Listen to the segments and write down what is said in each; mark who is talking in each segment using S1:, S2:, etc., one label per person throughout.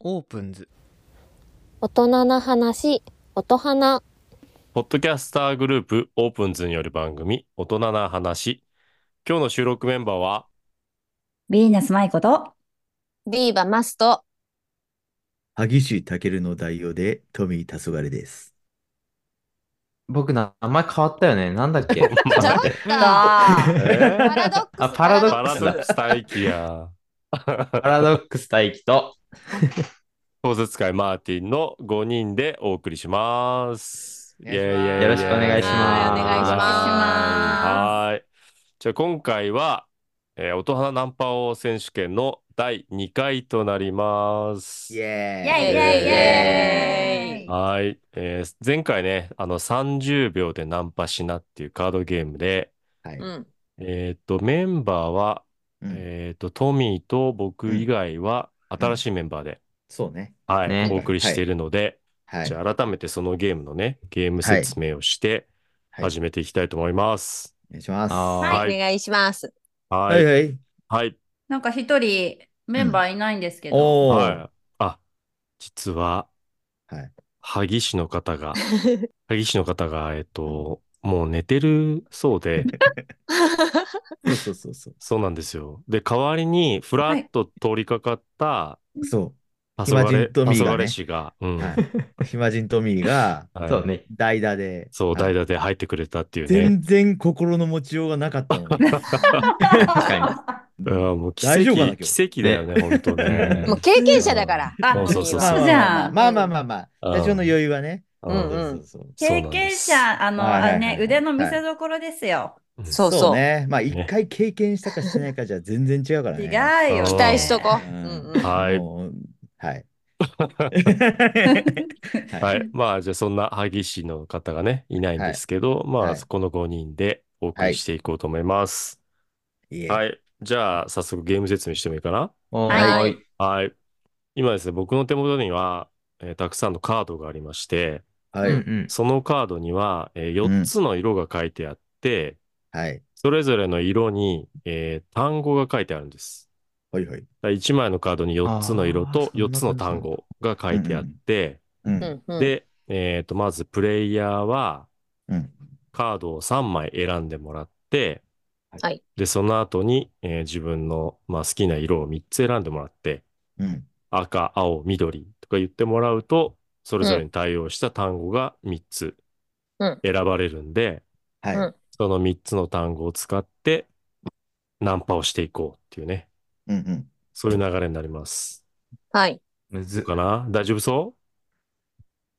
S1: オープンズ
S2: 大人な話、音花。
S3: ポッドキャスターグループオープンズによる番組大人な話。今日の収録メンバーは
S4: ヴィーナス舞子と、
S2: ビーバマスト。
S5: 萩市たけるの代表で、トミー・タソガレです。
S6: 僕な、名前変わったよね。なんだっ け
S2: ちょっと。
S4: あー
S3: え
S2: パラドックス。
S6: あパラド
S3: パ
S6: ッ
S3: ラ
S6: クス
S3: ド
S6: だ
S3: ックス大輝や
S6: パラドックス大輝と、
S3: 小説会マーティンの5人でお送りします。イェイイェイイェイ
S6: よろしくお願いします。
S2: はいお願いしま
S3: はい。じゃあ今回は、えー、音花ナンパ王選手権の第2回となります。
S5: ェ
S4: イェイイェイイェイ
S3: はい、えー前回ね、あの30秒でナンパしなっていうカードゲームで、
S5: はい。
S2: うん。
S3: えっと、メンバーは、
S5: うん
S3: えっと、トミーと僕以外は新しいメンバーで、
S5: そうね。
S3: はい、
S6: ね
S3: お送りしているので、
S5: はい。
S3: じゃあ改めてそのゲームのね、ゲーム説明をして
S5: はい
S3: 始めていきたいと思います。
S5: お願いします。
S6: あ
S2: は
S3: はい
S2: い、お願いします。
S3: は
S5: はい
S3: い、
S5: はい。
S3: はい、
S4: なんか一人メンバーいないんですけど、
S5: おー。
S3: はい。あ、実は
S5: はい、
S3: 萩市の方が、萩市の方が、えっと、もう寝てるそ うで、
S5: そうそうそうそ
S3: そうなんですよ。で、代わりに、ふらっと通りかかった、
S5: う。そ
S3: パソガレ、
S5: 暇人と
S3: パ
S5: ミーがね
S3: ソガレ氏が、う
S5: う。
S3: ん、
S5: はい。暇人トミーが、
S3: はい
S6: そうね。
S5: 代打で。
S3: そう、
S5: はい
S3: 代打で入ってくれたっていうね。
S5: 全然心の持ちようがなか ったの。
S3: うん、もう奇
S5: 大丈夫かな
S3: 跡、
S5: 今日
S3: 奇跡だよね、本当ね。
S2: もう経験者だから。
S4: あ
S3: そうそうそう
S4: いいわ
S3: そう
S4: じゃあ
S5: まあまあまあまあま
S3: うん
S5: あ、多少の余裕はね。
S3: う
S5: そ
S3: ん
S5: うそうそう
S4: 経験者、あの、
S5: はいはいはい
S4: あれね、腕の見せ所ですよ。
S2: そう
S5: そう
S2: そう。
S5: ね。まあ、一回経験したかしてないかじゃ全然違うから
S4: 違う
S5: ね。
S4: よ、ね。
S3: 期
S2: 期待しとこう。
S5: う
S2: うんんうん。
S3: はい。
S5: もう。はい。
S3: は。
S5: はい
S3: まあ、じゃあそんな萩市の方がね、いないんですけど、まあ、
S5: はい
S3: この5人でお送りしていこうと思います。
S5: いえ。
S3: はい。じゃあ、早速ゲーム説明してもいいかな
S6: おー。
S4: はい
S3: はい。今ですね、僕の手元には、えーたくさんのカードがありまして、
S5: はい。
S6: うんうん
S3: そのカードには、えー
S5: うん
S3: 4つの色が書いてあって、
S5: はい。
S3: それぞれの色に、えー単語が書いてあるんです。
S5: はいはい。
S3: 1枚のカードに4つの色
S6: あー
S3: と
S6: そんな
S3: 4つの単語が書いてあって、
S5: うん
S2: うんうん、
S3: で、えーと、まずプレイヤーは
S5: うん
S3: カードを3枚選んでもらって、
S2: はい
S3: で、その後に、えー自分の、まあ、好きな色を3つ選んでもらって、
S5: うん
S3: 赤、青、緑とか言ってもらうと、それぞれに対応した単語が3つ
S2: うん
S3: 選ばれるんで、
S5: はい。
S2: うん
S3: その3つの単語を使ってナンパをしていこうっていうね、
S5: うんうん。
S3: そういう流れになります。
S2: はい。
S6: む
S3: ど
S6: ず
S3: うかな大丈夫そ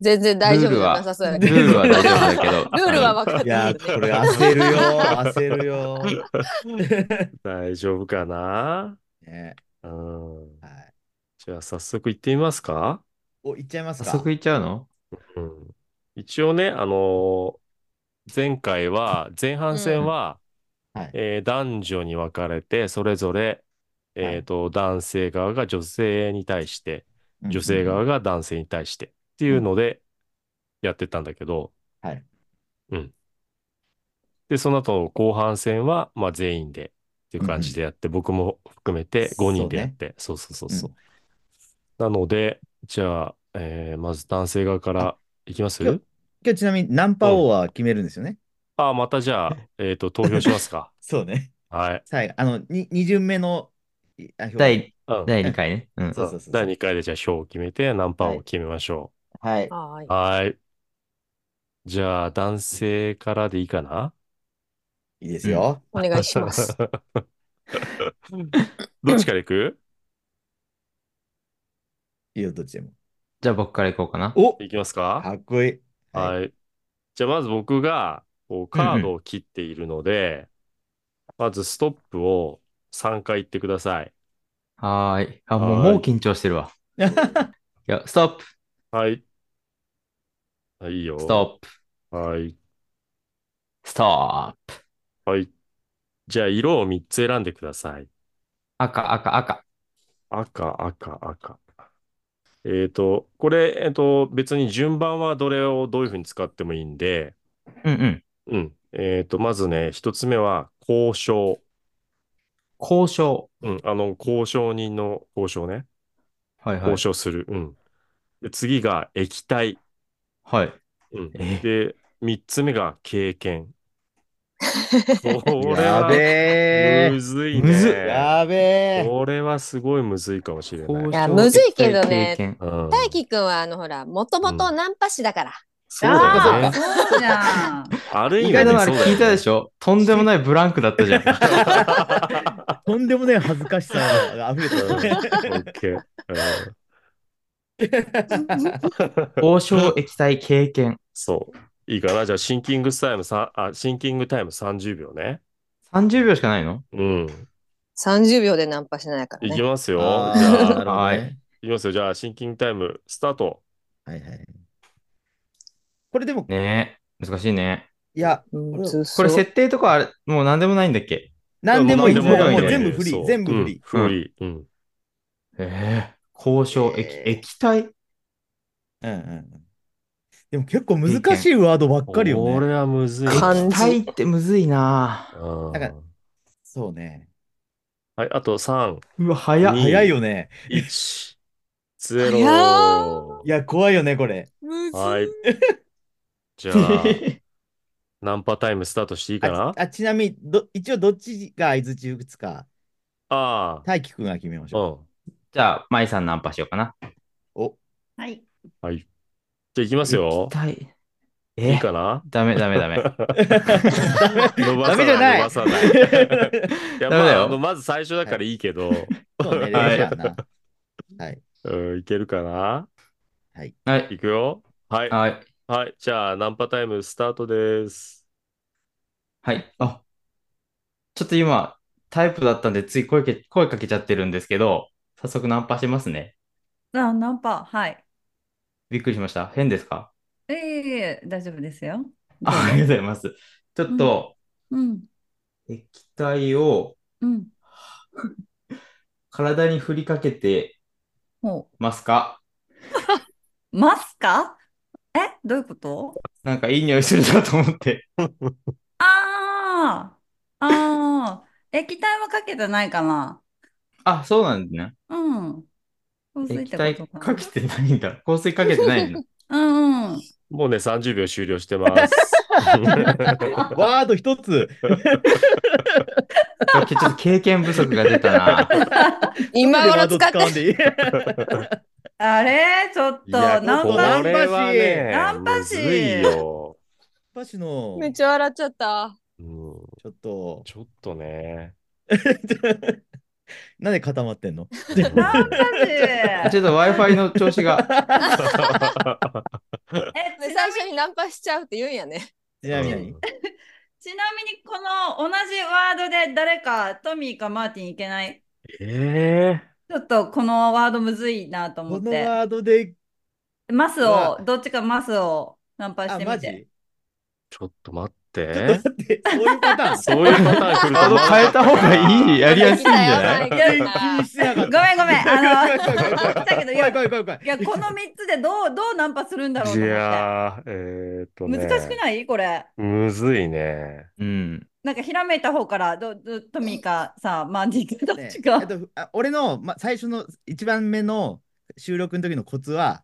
S2: 全然大丈夫じゃなさそうだ
S6: ル
S2: けど。
S6: ールは大丈夫だけど。
S2: ルールは分かっ
S5: い
S2: てる
S5: や
S2: よ
S5: ー、こ
S2: ね。
S5: れ焦るよ、焦るよ。
S3: う大丈夫かな
S5: ね、
S3: うん。
S5: はい。
S3: じゃあ早速行ってみますか、
S5: お、行っちゃいます
S6: 早
S5: か。
S6: 速いっちゃうの
S3: うん、一応ね、あのー前回は、前半戦は、
S5: うんはい
S3: えー男女に分かれて、それぞれ、えーと、男性側が女性に対して、
S5: うん
S3: 女性側。が男性に対してっていうのでやってたんだけど、
S5: はい。
S3: うん。で、その後後半戦は、まあ、全員でっていう感じでやって、僕も含めて5人でやって、そうそうそうそう。なので、じゃあ、えーまず男性側からいきます
S5: いや今日ちなみにナンパ王は決めるんですよね。
S3: あ、またじ ゃあ、えっ、と、投票しますか。
S5: そうね。
S3: はい。
S5: 最後、あの、に二巡目の。いあ表
S6: 第、
S3: うん
S6: 第2回ね。うん。
S5: そうそうそう
S3: 第2回でじゃあ票を決めて、ナンパを決めましょ
S5: はい。
S2: はい。
S3: う。はい。じゃあ、男性からでいいかない
S5: いですよ。
S2: お願いします。。
S3: どっちから行く
S5: いいよ、どっちでも。
S6: じゃあ僕からいこうかな。
S5: お、
S3: 行きますか
S5: かっこいい。。
S3: はいい。じゃあ、まず僕が、こう、カードを切っているので、まずストップを3回言ってください。
S6: はーい。あ、もう、
S3: はーい
S6: もう緊張してる わ。いや、ストップ、
S3: はい。あいいよ。
S6: ストップ、
S3: はい。
S6: ストップ。
S3: はい。じゃあ、色を3つ選んでください。
S6: 赤、赤、赤。
S3: 赤、赤、赤。えっと、これ、えっと、別に順番はどれをどういうふうに使ってもいいんで、
S6: うんうん。
S3: うん。えっと、まずね、一つ目は、交渉。
S6: 交渉。
S3: うん、あの、交渉人の交渉ね。
S6: はいはい
S3: 交。渉する。うん。で、次が液体。
S6: はい。
S3: うん。
S6: え
S3: で、三つ目が経験。 これ
S5: や
S3: は、
S5: べ
S3: む
S5: え。
S3: ずい
S6: むずっ
S3: ね。
S5: やべえ。
S3: これはすごいむずいかもしれない。
S6: 交
S3: うん
S6: 渉
S1: いやむずいけどね
S6: 経験
S1: 大輝くんは、あの、ほら、もともとナンパ師だから。
S3: そうだよ
S4: あ
S3: ね
S4: ー。そうじゃん。
S3: ある意味
S6: 意外
S3: ね
S6: とあ
S3: そ
S6: れ
S3: うだよね
S6: 聞いたでしょとんでもないブランクだったじ ゃん。
S5: とんでもない恥ずかしさが溢れ てる。
S3: オッケーうん
S6: 交渉液体経験。
S3: そう。いいかなじゃあ、シンキングタイムさ、あ、シンキングタイム30秒ね。
S6: 30秒しかないの
S3: うん。
S1: 30秒でナンパしないから
S3: い
S1: ね
S3: き。ますよ。じ
S5: あー
S3: ゃあ、
S5: なるほど
S6: は
S5: ね
S6: い
S3: いきますよ。じゃあ、シンキングタイム、スタート。
S5: はいはい。これでも、
S6: ねえ。難しいね。
S5: いや、
S1: うん
S5: これ
S1: ずっそ
S6: これ設定とかあれ、もう何でもないんだっけ
S5: なんでもいい。
S6: いや
S5: も
S6: もう
S5: う
S6: 何でもいい
S5: 全部フリ
S3: そう
S5: ー、全部フリー。
S3: うんフリー。うん。
S6: ええ交渉液、
S5: ええ
S6: 液体
S5: うんうんうんでも結構難しいワードばっかりよ
S3: これ
S5: ね。
S3: はむずい。
S1: かん
S6: 液体ってむずいな
S3: うん
S5: なんかそうね。
S3: はい、あと3、
S6: うわ、早っ。
S3: に
S5: 早いよね。
S3: 1、
S1: 早
S3: 0。
S5: いや、怖いよね、これ。
S1: むず
S3: はい。 じゃ あ、ナンパタイムスタートしていいかな
S5: ああちなみにど、一応どっちが相づち打つか、
S3: あ
S5: 大輝くんが決めまし
S3: あ、う
S5: ょ
S3: ん。
S6: じゃあ、舞さんナンパしようかな。
S5: う。お、
S4: はい。
S3: はい。じゃあ、いきますよ
S6: 液。体。え
S3: いいかな
S6: ダメダメダ メ。
S3: 伸
S5: ダ
S3: ばさ
S5: メじゃない
S3: 伸ばさない。い や、
S6: ダメだ
S3: まあ
S6: よ
S3: あの、まず最初だからいいけど、
S5: そうね、
S6: はい
S5: レアだな。はい。
S3: うん、いけるかな
S6: はい。
S3: いくよ。はい。
S6: はい。
S3: はい。じゃあ、ナンパタイムスタートです。
S6: はい。あ、ちょっと今、タイプだったんで、つい声け、声かけちゃってるんですけど、早速ナンパしますね。
S4: あ、ナンパ。はい。
S6: びっくりしました。変ですか
S4: ええいえ大丈夫ですよ。
S6: あありがとうございます。ちょっと、
S4: うん。
S6: 液体を
S4: うん。
S6: 体に振りかけて
S4: ほ
S6: ますか
S4: う。マスカえどういうこと
S6: なんかいい匂いするなと思って。
S4: ああ。ああ。液体はかけてないかな
S6: あ、そうなんだね。
S4: うん。香水っ
S6: 液
S4: て
S6: 体
S4: こと
S6: かけてないんだ。香水かけてないの。
S4: なうんうん。
S3: もうね、30秒終了して ます。
S5: ワード一つ。
S6: ちょっと経験不足が出たな。
S1: 今頃使って
S5: ワード使うんでいい。
S4: あれちょっと、
S3: いや、
S4: ナン
S3: こ
S4: パ
S3: れはね、
S4: ナンパ
S3: む
S4: 師
S3: ずいよ。
S5: パシの、
S1: めっ
S5: ち
S1: ちゃ笑っちゃった。
S3: うん、
S5: ょっと、
S3: ちょっとね。
S5: なんで固まってんの
S4: ナンパ
S6: ち
S4: 師
S6: ょっと Wi-Fi の調子が。
S4: え、
S1: で
S4: ちな
S1: 最
S4: み
S1: 初
S4: に、
S1: にナンパしちゃうって言うんやね。
S5: ちなみに
S4: ちなみにこの同じワードで誰かトミーかマーティンいけない
S3: え
S4: ちょっとこのワードむずいなと思
S5: こ
S4: っ
S5: の
S4: て。
S5: ワードで、
S4: マス
S5: は
S4: を、どっちかマスをナンパし
S5: あ、
S4: て
S5: マ
S4: み
S5: ジ
S4: て。
S3: ちょっと待っ
S5: ちょ
S3: て
S5: っ。と待って、そういうパターン。
S3: そういうパターン来ると
S6: ワ
S3: 思
S6: ード
S3: わな
S6: 変え
S3: か
S6: た方がいい。やりやすいんじゃ ない
S1: い
S5: 全然気にしてなか
S4: ご
S5: っ
S4: めん
S5: た。
S4: ごめん。 あの、だけど、
S5: 怖
S4: いや、
S5: い
S4: い
S5: 怖い怖い怖い。
S4: やこの3つでどう、どうナンパするんだろう
S3: い
S4: と思っ
S3: やー、えー、っと
S4: て。
S3: ね。
S4: 難しくないこれ。
S3: むずいね。
S6: うん。
S4: なんかひらめいた方から、ど、ど、トミーかさ、マーティンかどっ
S5: ね
S4: ち
S5: え
S4: か
S5: っ。とあ俺の、ま、最初の一番目の収録の時のコツは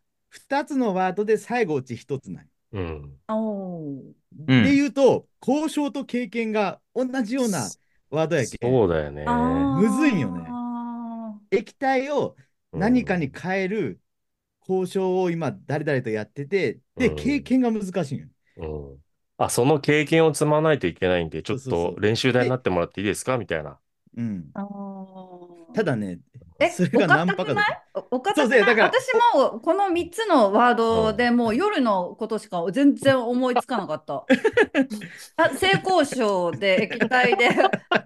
S5: 2つのワードで最後うち1つない。
S3: うん。
S4: おー
S6: うん
S5: で言うと交渉と経験が同じようなワードやけん
S3: そうだよね。
S4: あー
S5: むずいよね
S4: あ
S5: 液体を
S3: うん
S5: 何かに変える交渉を今誰々とやっててで
S3: うん
S5: 経験が難しいんよ。
S3: うん。あ、その経験を積まないといけないんで、ちょっ
S5: そうそう
S3: と
S5: そう
S3: 練習台になってもらっていいですかみたいな。
S5: うん、
S4: ーあー。
S5: ただね
S4: え
S5: それがナンパか
S4: お
S5: どう
S4: 堅く
S5: か
S4: おお堅
S5: そ
S4: く
S5: うそう
S4: な
S5: だ
S4: い
S5: から
S4: 私もこの3つのワードでもう夜のことしか全然思いつかな かった。あ性交渉で液体で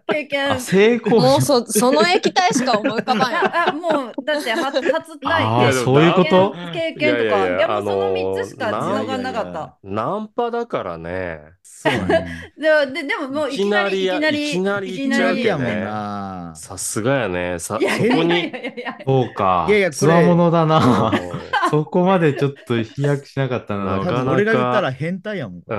S4: 経験
S6: あ、成功
S1: もうそその液体しか思い浮か ばんや。
S4: ああもうだって初初体
S6: あー
S4: 験
S6: そういう こと
S4: 経験と
S3: いやいや
S4: か
S3: いや
S4: でもその
S3: あのー
S4: 3つしか繋がんなかった。
S3: ナンパだからね。
S5: そうなんや
S4: でででももういきなり
S3: い
S4: い
S3: き
S4: き
S3: な
S4: な
S3: り
S4: り
S3: い
S4: い
S3: き
S5: い
S4: き
S5: き
S3: な
S4: な
S5: な
S3: り
S5: り
S4: り
S5: やもんな。
S3: さすがやね。さ、
S4: いや
S3: そ
S4: いや
S3: こ
S4: いや
S3: に
S4: い。やいや
S6: そうか。
S5: いやいやこ
S6: つ
S5: れ
S6: わものだな。
S3: う
S6: そこまでちょっと飛躍しなかった
S3: な
S6: な。
S5: 多
S3: かなか
S5: 分 俺が言ったら変態やもん。
S3: ん。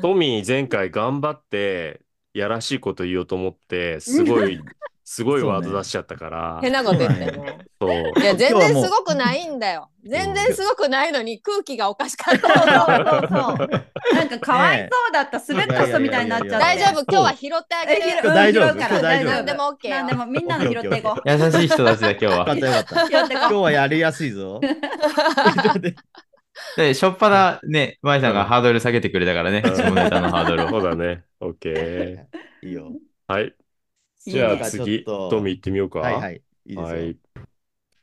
S3: トミー前回頑張って、やらしいこと言おうと思って、すごいすごいワード出しちゃったから、
S1: 変なこと言ってね。
S3: そう。
S1: いや、全
S5: 今日は
S1: 然
S5: もう
S1: すごくないんだよ。全然すごくないのに空気がおかしかった。
S4: そうそうそう。なんかかわいそうだった、滑った人みたいになっちゃって。
S1: 大丈夫、今日は拾ってあげ
S4: え
S1: る。
S4: 拾う
S5: 大丈夫
S4: 拾うから
S5: 大丈夫
S1: 何でも OK よ。
S4: なんでもみんなの拾っていこう。
S6: 優しい人たちだ、今日
S5: よかっ
S6: は。
S5: たよかった。
S4: 拾 ってい
S5: 今日
S4: こ
S5: はやりやすいぞ。
S6: で、しょっぱなね、舞さんがハードル下げてくれたからね、
S3: うん
S6: 下ネタのハードルを。
S3: そうだね。オッケー。
S5: いいよ。
S3: はい。
S4: う。
S3: じ
S5: いい
S3: ゃあ
S5: ね
S3: 次、
S5: ちょっと
S3: トミー行ってみようか。
S5: はいはい。いいです
S3: は
S5: よ。
S3: い。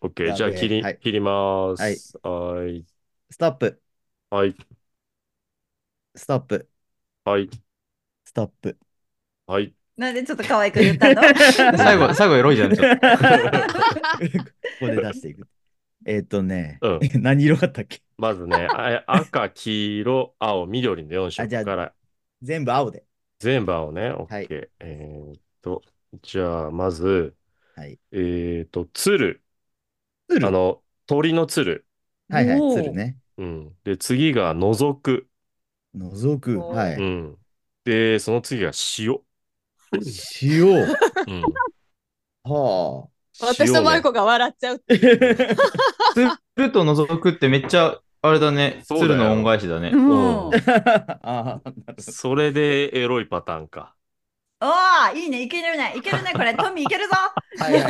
S3: オッケー。じ
S5: じ
S3: ゃ
S5: ゃあ
S3: あ切り、
S5: はい
S3: 切ります。はい。
S5: ストップ、
S3: はい。
S5: ストップ、
S3: はい。
S5: ストップ。
S3: はい。
S4: なんでちょっと可愛く言ったの
S6: 最後、最後エロい じゃん、ちょっと。
S5: ここで出していく。えっとね、
S3: うん
S5: 何色だったっけ
S3: まずね、あ赤、黄色、青、緑の4
S5: あじゃ
S3: 色
S5: あ
S3: から
S5: 全部青で。
S3: 全部青ね。オッケー。
S5: はい
S3: えーっと、じゃあまず、
S5: はい
S3: えーっと、鶴。
S5: 鶴
S3: あの、鳥の鶴。
S5: はいはい、
S4: おー
S5: 鶴ね。
S3: うん。で、次が覗く。
S5: 覗く。
S1: おー
S5: は
S3: う
S5: い。
S3: ん。で、その次が塩。
S5: 塩。は
S3: うん。
S5: あ。
S1: 私と
S3: 塩ね
S1: マイコが笑っちゃうって。
S6: 鶴と覗くってめっちゃ、あれだね、
S3: そうだよ
S6: 鶴の恩返しだね
S4: う。ん。お
S5: あ ー
S3: それでエロいパターンか。
S4: ーいいね、いけるね、いけるね、これ、トミーいけるぞ。。
S5: はいはい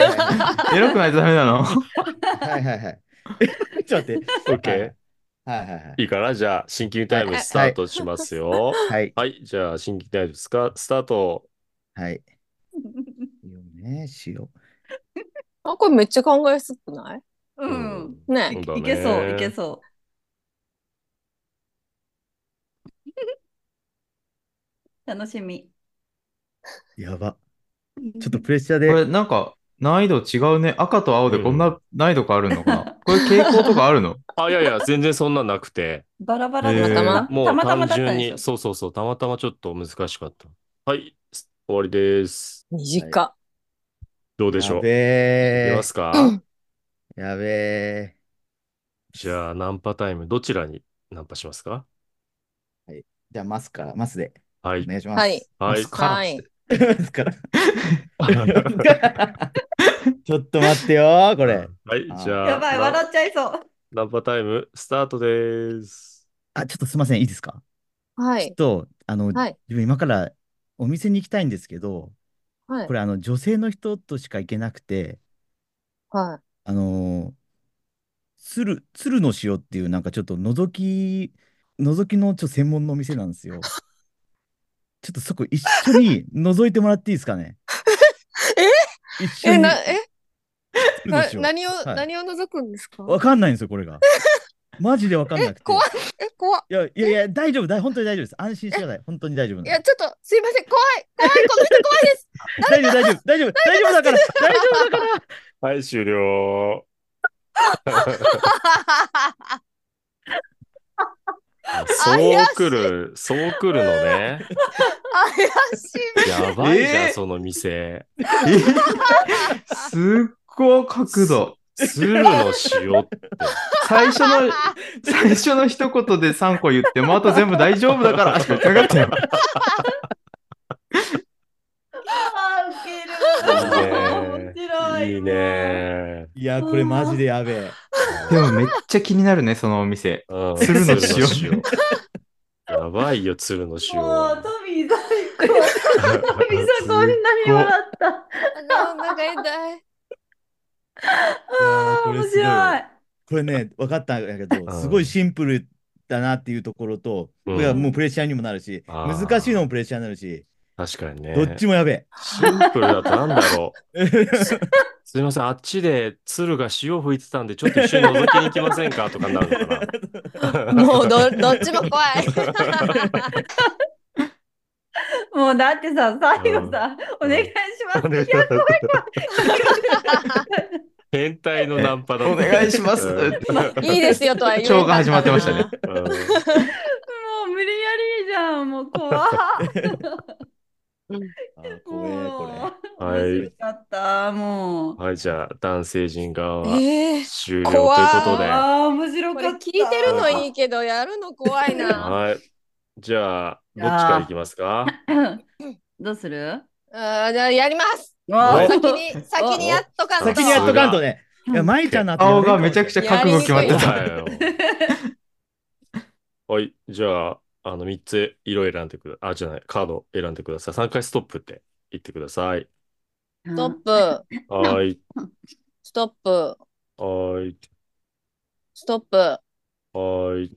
S5: は
S6: エロくないとダメな の
S5: い。はいはいはい。ちょっと待って。
S3: オッケ
S5: はいはいはい
S3: ー。いいかなじゃあ、シンキングタイムスタートしますよ。
S5: はい。
S3: はい。じゃあ、シンキングタイムスカスタート。
S5: はい。いいよね、塩。
S1: あ、これめっちゃ考えやすくないう
S3: うん
S1: ね
S3: そうだね
S4: いけそう、いけそう。 楽しみ。
S5: やば。ちょっとプレッシャーで。
S6: これなんか、難易度違うね。赤と青でこんな難易度変わるのかな、これ傾向とかあるの
S3: あ、いやいや、全然そんなんなくて。
S4: バラバラ
S6: え
S4: だ
S6: ー
S4: たま
S3: もう
S4: たまた
S3: 単
S4: まだった
S3: 純
S4: で
S3: に、
S4: しょ。
S3: そうそうそう、たまたまちょっと難しかった。はい。す終わりです。
S1: 短。
S3: どうでしょ
S5: や
S3: う出
S5: べ
S3: ま
S5: ー。
S3: すか、
S5: やべー。
S3: じゃあ、ナンパタイム、どちらにナンパしますか
S5: じゃあ、マスから、マスで。
S3: は
S5: お
S3: い。
S5: 願いします。
S1: はい。
S3: はい。
S1: はい。
S5: マスから。 ちょっと待ってよー、 これ。
S3: はい。じゃあ、
S4: やば
S3: ナ
S4: い、
S3: ン
S4: 笑っちゃいそう。
S3: ナンパタイム、スタートです。
S5: あ、ちょっとすいません、いいですか
S1: は
S5: ちょ
S1: い
S5: っ。と、あの、
S1: はい
S5: 自分今からお店に行きたいんですけど、
S1: はい
S5: こ。れ、あの、女性の人としか行けなくて、
S1: は
S5: あのー、鶴、鶴の塩っていう、なんかちょっと覗き、覗きのちょっと専門のお店なんです よ。ちょっとそこ一緒に覗いてもらっていいですかね一
S1: い。
S5: 緒
S1: え、
S5: に
S1: な、え、
S5: 鶴の
S1: な
S5: 塩。
S1: 何を、
S5: はい
S1: 何を覗くんですか
S5: わかんないんですよ、こ れが。マジでわかんなくて。
S1: 怖い。え、怖い。
S5: いやいやいや、大丈夫だ、本当に大丈夫です。安心してください。本当に大丈夫なん
S1: い
S5: で
S1: や、ちょっと、すいません。怖い。怖い。この人怖いです。
S5: 大丈夫、大丈夫、大丈夫、大丈夫だから、大丈夫だから。
S3: はい、終了。そう来る、そう来るの ね。
S1: 怪しい。
S3: やばいじゃん、
S6: えー
S3: その店。
S6: すっごい角度。
S3: 鶴の塩って。
S6: 最初の、最初の一言で3個言って、もうあと全部大丈夫だ から、しかかかったよ。
S4: あー、ウケ
S3: いいね
S4: る。面白い。
S3: いい。ね。
S5: いや、これマジでやべえ。
S6: でもめっちゃ気になるね、そのお店。
S3: うん
S6: 鶴の塩
S3: 鶴の塩 やばいよ、鶴の塩
S4: も
S3: は
S4: う、ト。ミー最高。トミーさん、こんなに笑った。
S1: あの、お腹痛い。
S4: あ
S5: いやーこ
S4: ー、
S5: れすご
S4: 面
S5: いこれ
S4: 白い。
S5: ね、分かったんだけど、
S3: うん
S5: すごいシンプルだなっていうところと、
S3: うん
S5: これはもうプレッシャーにもなるし、
S3: あー
S5: 難しいのもプレッシャーになるし、
S3: 確かにね。
S5: どっちもやべ
S3: シンプルだとなんだろ う。
S5: え。
S3: すいません、あっちで鶴が塩吹いてたんで、ちょっと一緒に覗きに行きませんかとかなるのかな。
S1: もう、ど、どっちも怖い。
S4: もう、だってさ、最後さ、
S3: う
S4: お
S3: ん
S4: 願いします。いや、怖い
S3: 変態のナンパだね
S6: お願いします
S3: うんうん
S1: いいですよとは言えなかったな
S6: 蝶が始まってましたね。
S4: もう無理やりじゃん、もう 怖っ。
S5: あー怖え、こ
S3: は
S4: 面
S3: い
S4: 白かった、もう。
S3: はい、じゃあ、男性陣側は
S1: ええ。
S3: 終了という
S1: 怖い
S3: ことで。
S4: ああ、面白
S1: こ
S4: か
S1: れ
S4: っ
S1: 聞
S4: た。
S1: いてるのいいけど、やるの怖い な。
S3: はい。じゃあ、どっちからいきますか
S4: どうする
S1: あーじゃあやります。
S4: わ
S3: お
S4: あ
S3: い
S1: 先に、先にやっとかんと。
S5: 先にやっとかんとね。いや、舞ちゃんの後やれ
S6: 顔
S5: んか
S6: が
S5: も
S6: めちゃくちゃ覚悟決まって
S1: や
S6: た。
S3: はい、じゃあ、あの、3つ色選んでくだ、あ、じゃない、カード選んでください。3回ストップって言ってください。
S1: ストップ、
S3: はい、
S1: ストップ、
S3: はい、
S1: ストップ。
S3: はい。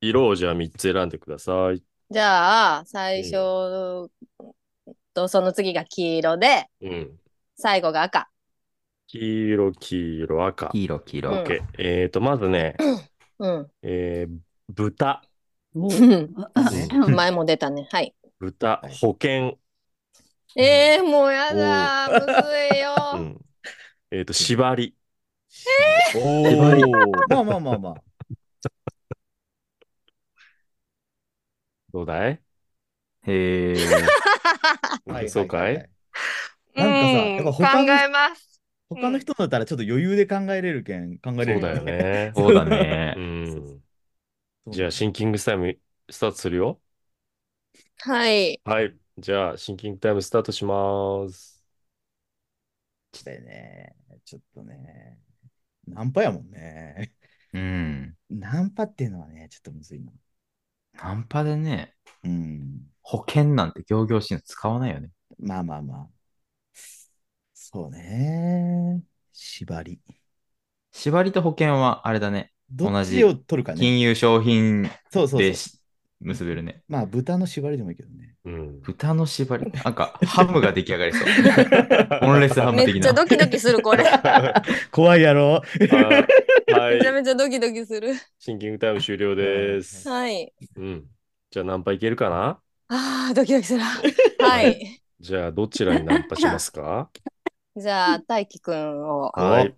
S3: 色をじゃあ3つ選んでください。
S1: じゃあ、最初とその次が黄色で、
S3: うん。
S1: 最後が赤。
S3: 黄色、黄色、赤。
S6: 黄色、黄色。
S1: うん
S3: OK。えっと、まずね、
S1: うん。
S3: えー豚、
S1: 前も出たね。はい。
S3: 豚、保険、
S1: えー、もうやだー。むずいうよ。
S3: ん。えっと、縛り。
S5: おーまあまあまあまあ。
S3: どうだい
S6: へえ。
S5: はい
S3: そうかい
S5: なんかさやっぱ
S1: うん、考
S5: 他の
S1: えます。
S5: 他の人だったらちょっと余裕で考えれるけん、考えれ
S3: そう
S5: る
S3: だよ。ね。
S6: そうだ
S3: う
S6: ね。
S3: ん。じゃあ、シンキングタイムスタートするよ。
S1: はい。
S3: はい。じゃあ、シンキングタイムスタートします。
S5: 来たよね。ちょっとね。ナンパやもんね。
S6: うん。
S5: ナンパっていうのはね、ちょっとむずいな。
S6: ナンパでね、
S5: うん。
S6: 保険なんて行々しいの使わないよね。
S5: まあまあまあ。そうね。縛り。
S6: 縛りと保険はあれだね。
S5: ど
S6: 同
S5: っ
S6: じ
S5: ちを取るかね。
S6: 金融商品
S5: そうそう
S6: で
S5: そう。
S6: し結べるね。
S5: まあ、豚の縛りでもいいけどね。
S3: うん。
S6: 豚の縛り。なんか、ハムが出来上が りそう。 オンレスハム
S1: め
S6: 的
S1: っちゃ
S6: な。
S1: ドキドキする、これ。
S5: 怖いやろ。
S3: はいは
S1: めちゃ
S3: い。
S1: めちゃドキドキする。
S3: シンキングタイム終了です。
S1: はい。
S3: うん。じゃあ、ナンパいけるかな
S1: ああ、ドキドキする。はい。
S3: じゃあ、どちらにナンパしま すか
S1: じゃあ、大輝くんを。
S3: はい。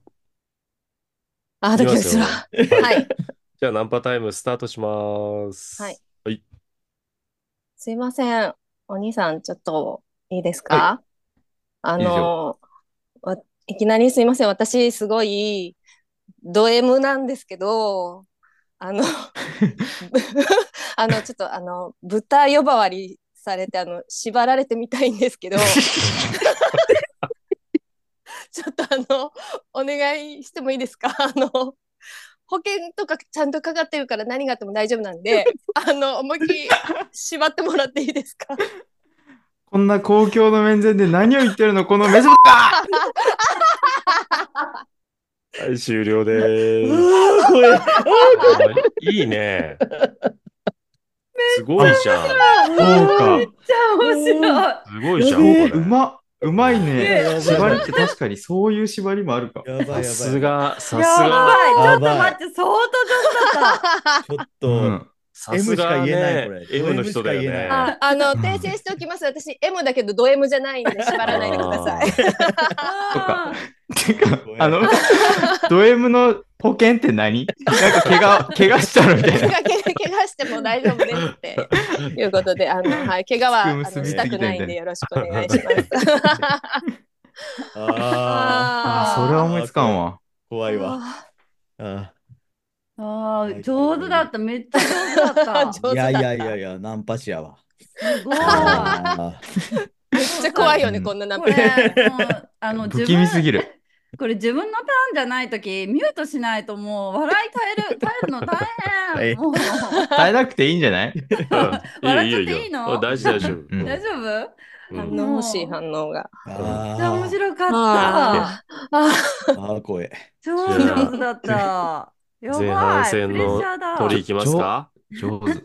S1: ああ、ドキドキするわ。
S3: いきますよ
S1: はい。
S3: じゃあ、ナンパタイムスタートします。
S1: はい。
S3: はい。
S1: すいません。お兄さん、ちょっといいですかあ
S6: いいです
S1: の、わいきなりすいません。私、すごい、ド M なんですけど、あの、あの、ちょっと、あの、豚呼ばわりされて、あの、縛られてみたいんですけど、ちょっと、あの、お願いしてもいいですかあの、保険とかちゃんとかかってるから何があっても大丈夫なんで、あの、思いっきり縛ってもらっていいですか
S6: こんな公共の面前で何を言ってるのこの目覚
S3: はい、終了 で
S5: う
S3: す。
S5: わー怖い。
S3: はいいいね。すごいじゃん。
S6: そうか。
S4: じゃあ面白い。
S3: すごいじゃん、
S5: やべえ
S3: こ
S6: う
S3: れ。
S6: ま、うまい
S5: ね
S6: ね。縛りって確かにそういう縛りもあるか。
S5: やばいやば
S3: さ
S5: い。
S3: すが、さす
S4: や
S3: が、
S4: ばい。ちょっと
S5: やばい
S4: 待って、相当上手だった。
S5: ちょっ
S6: う
S5: と、
S6: ん。
S3: さすが、
S5: M しか言えない
S3: ね
S5: これ、
S3: M の人だよ
S5: M しか言え
S3: ね。
S5: な
S1: あ あの、訂正しておきます。私、M だけど、ド M じゃないんで、縛らないでください。
S6: そっか
S4: うん
S6: てか
S5: ごめ、ん
S6: あの、ド M の保険って何なんか怪 我、怪我したのみたい
S1: 怪
S6: な。
S1: 我怪我しても大丈夫ですって いうことで、あの、はい、怪我はあの
S6: 結びつ
S1: し
S6: いて
S1: た
S6: き
S1: く
S6: た
S1: な
S6: みた
S1: いんで、
S6: いな
S1: よろしくお願いします。
S5: ああ、
S6: あ
S1: あ
S6: ー、それは思いつかんわ。
S5: 怖いわ。
S1: あ
S5: あ
S4: あー上手だった。めっちゃ上手だ
S1: 上
S4: った。
S1: 手
S5: ーいやいやいやいや、ナンパしやわ。
S4: すごい。
S5: あー
S1: ーめっちゃ怖いよね、こんなナン
S4: こ
S1: パ。
S4: れ、もうあの、
S6: 不気味すぎ
S4: る。
S6: る。
S4: これ自分のターンじゃないとき、ミュートしないともう笑い耐える、耐えるの大
S5: はい
S4: 変。もう
S6: 耐えなくていいんじゃない
S3: うんいいよ、いいよ、いい
S4: 笑っちゃっていい の
S3: よ。うん大事、大丈夫。
S6: うん
S4: 大丈夫
S3: うん
S4: あの
S1: の欲しい反応が。
S5: あ
S4: じゃ
S5: ー
S4: あ面白かった。
S1: あーあ
S5: あー、怖い。
S4: 超上手だった。やばい。
S3: 前半戦の
S4: プレッシャーだ。
S3: 取り行きますか
S6: 上手。 上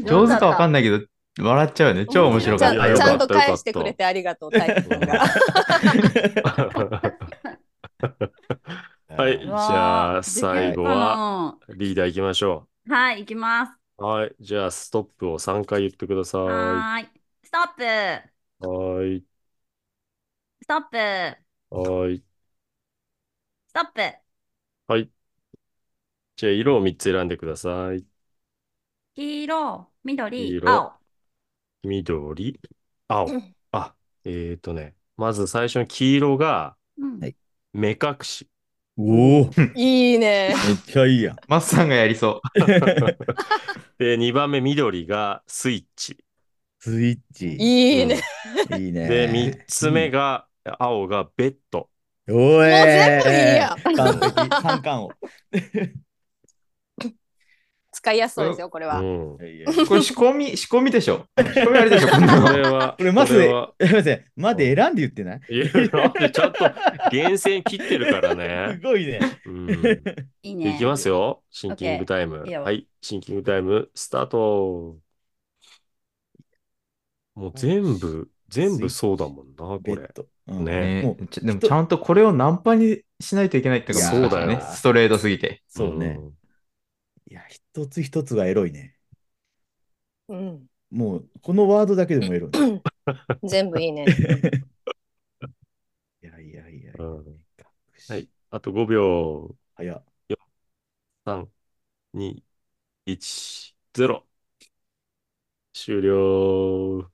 S6: 手。上手かわかんないけど、笑っちゃうよね。超面白
S1: ーち
S6: か
S1: ゃ
S6: っ
S3: いや
S1: ん
S3: いや
S6: た。
S1: ちゃん
S3: よか
S1: と
S3: ったよかった
S1: 返してくれてありがとう、大輝くんが。
S3: はい
S4: じ
S3: ゃあ最後は。リーダー行きましょ
S4: はい、行きます。
S3: う。はい。じゃあ、ストップを3回言ってください。は
S4: はーい。ストップ。
S3: い。
S4: ストップ。
S3: はい。
S4: ストップ。
S3: じゃあ、色を3つ選んでください。
S4: 黄色、緑、
S3: 黄色
S4: 青。
S3: 緑、青。あ、えっとね、まず最初の黄色が
S4: うん
S5: はい
S3: 目隠し。
S5: おお、めっ
S1: いいね。
S5: ちゃいいやん。
S6: マスさんがやりそう。
S3: で、2番目緑がスイッチ。
S5: スイッチ。
S1: いいね。
S5: いいね。
S3: で、3つ目が、青がベッド。
S5: おえ
S1: もう全部いいやん。
S5: 完璧。三冠を。
S1: 使いやすそうですよ、これは。
S3: うん。こ
S5: いやいや
S6: これ仕込み、仕込みでしょ。仕込みあれでしょ、 こん なの。
S3: れは、
S5: これまず
S3: これは
S5: すいません。まで選んで言ってない
S3: いや、だってちゃんと厳選切ってるから
S5: す
S3: ね。
S5: ごいね。
S3: うん。
S4: いい
S3: で
S4: ね。
S3: いきますよ。シンキングタイム。
S4: いいよ
S3: はい。シンキングタイム、スタート。もう全部、全部そうだもんな、こ
S5: ベ
S3: れ
S5: ッ。ド。うん
S3: ね
S5: もう
S6: ちでもちゃんとこれをナンパにしないといけないってこと
S5: そうだよ
S6: ね。ストレートすぎて。
S5: そうね。いや、一つ一つがエロいね。
S1: うん。
S5: もう、このワードだけでもエ ロい。
S1: 全部いいね。
S5: いやいやいや。
S3: うん。うんはい。。あと5秒。
S5: 早っ。
S3: 3、2、1、0。終了。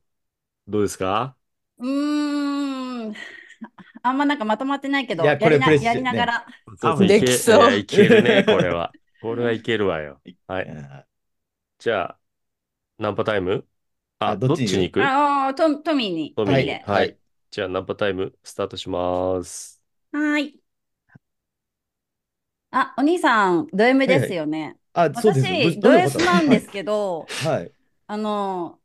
S3: どうですか
S4: うーん。あんまなんかまとまってないけど、
S5: いや
S4: や
S5: これ
S4: りな
S5: プレッシャー
S4: やりながら。
S3: 多分いけ
S1: できそう
S3: いやいけるね、これは。これはいけるわよ。は
S5: う
S3: い。
S5: ん
S3: じゃあ、ナンパタイムあ、
S5: あ
S3: ど
S5: ど
S3: っ
S5: っ
S3: ち
S5: ち
S3: に
S5: に
S3: 行く
S4: ああ、トトミーに。
S3: トミ
S5: は
S3: ー
S5: い
S3: に
S4: で
S3: は
S5: はいい。
S3: じゃあ、ナンパタイムスタートします。
S4: はーい。あ、お兄さん、ド M ですよね。
S5: あ、そうです。
S4: 私、
S5: ど
S4: ド
S5: ういうこと
S4: S なんですけど、
S5: はい。
S4: あの、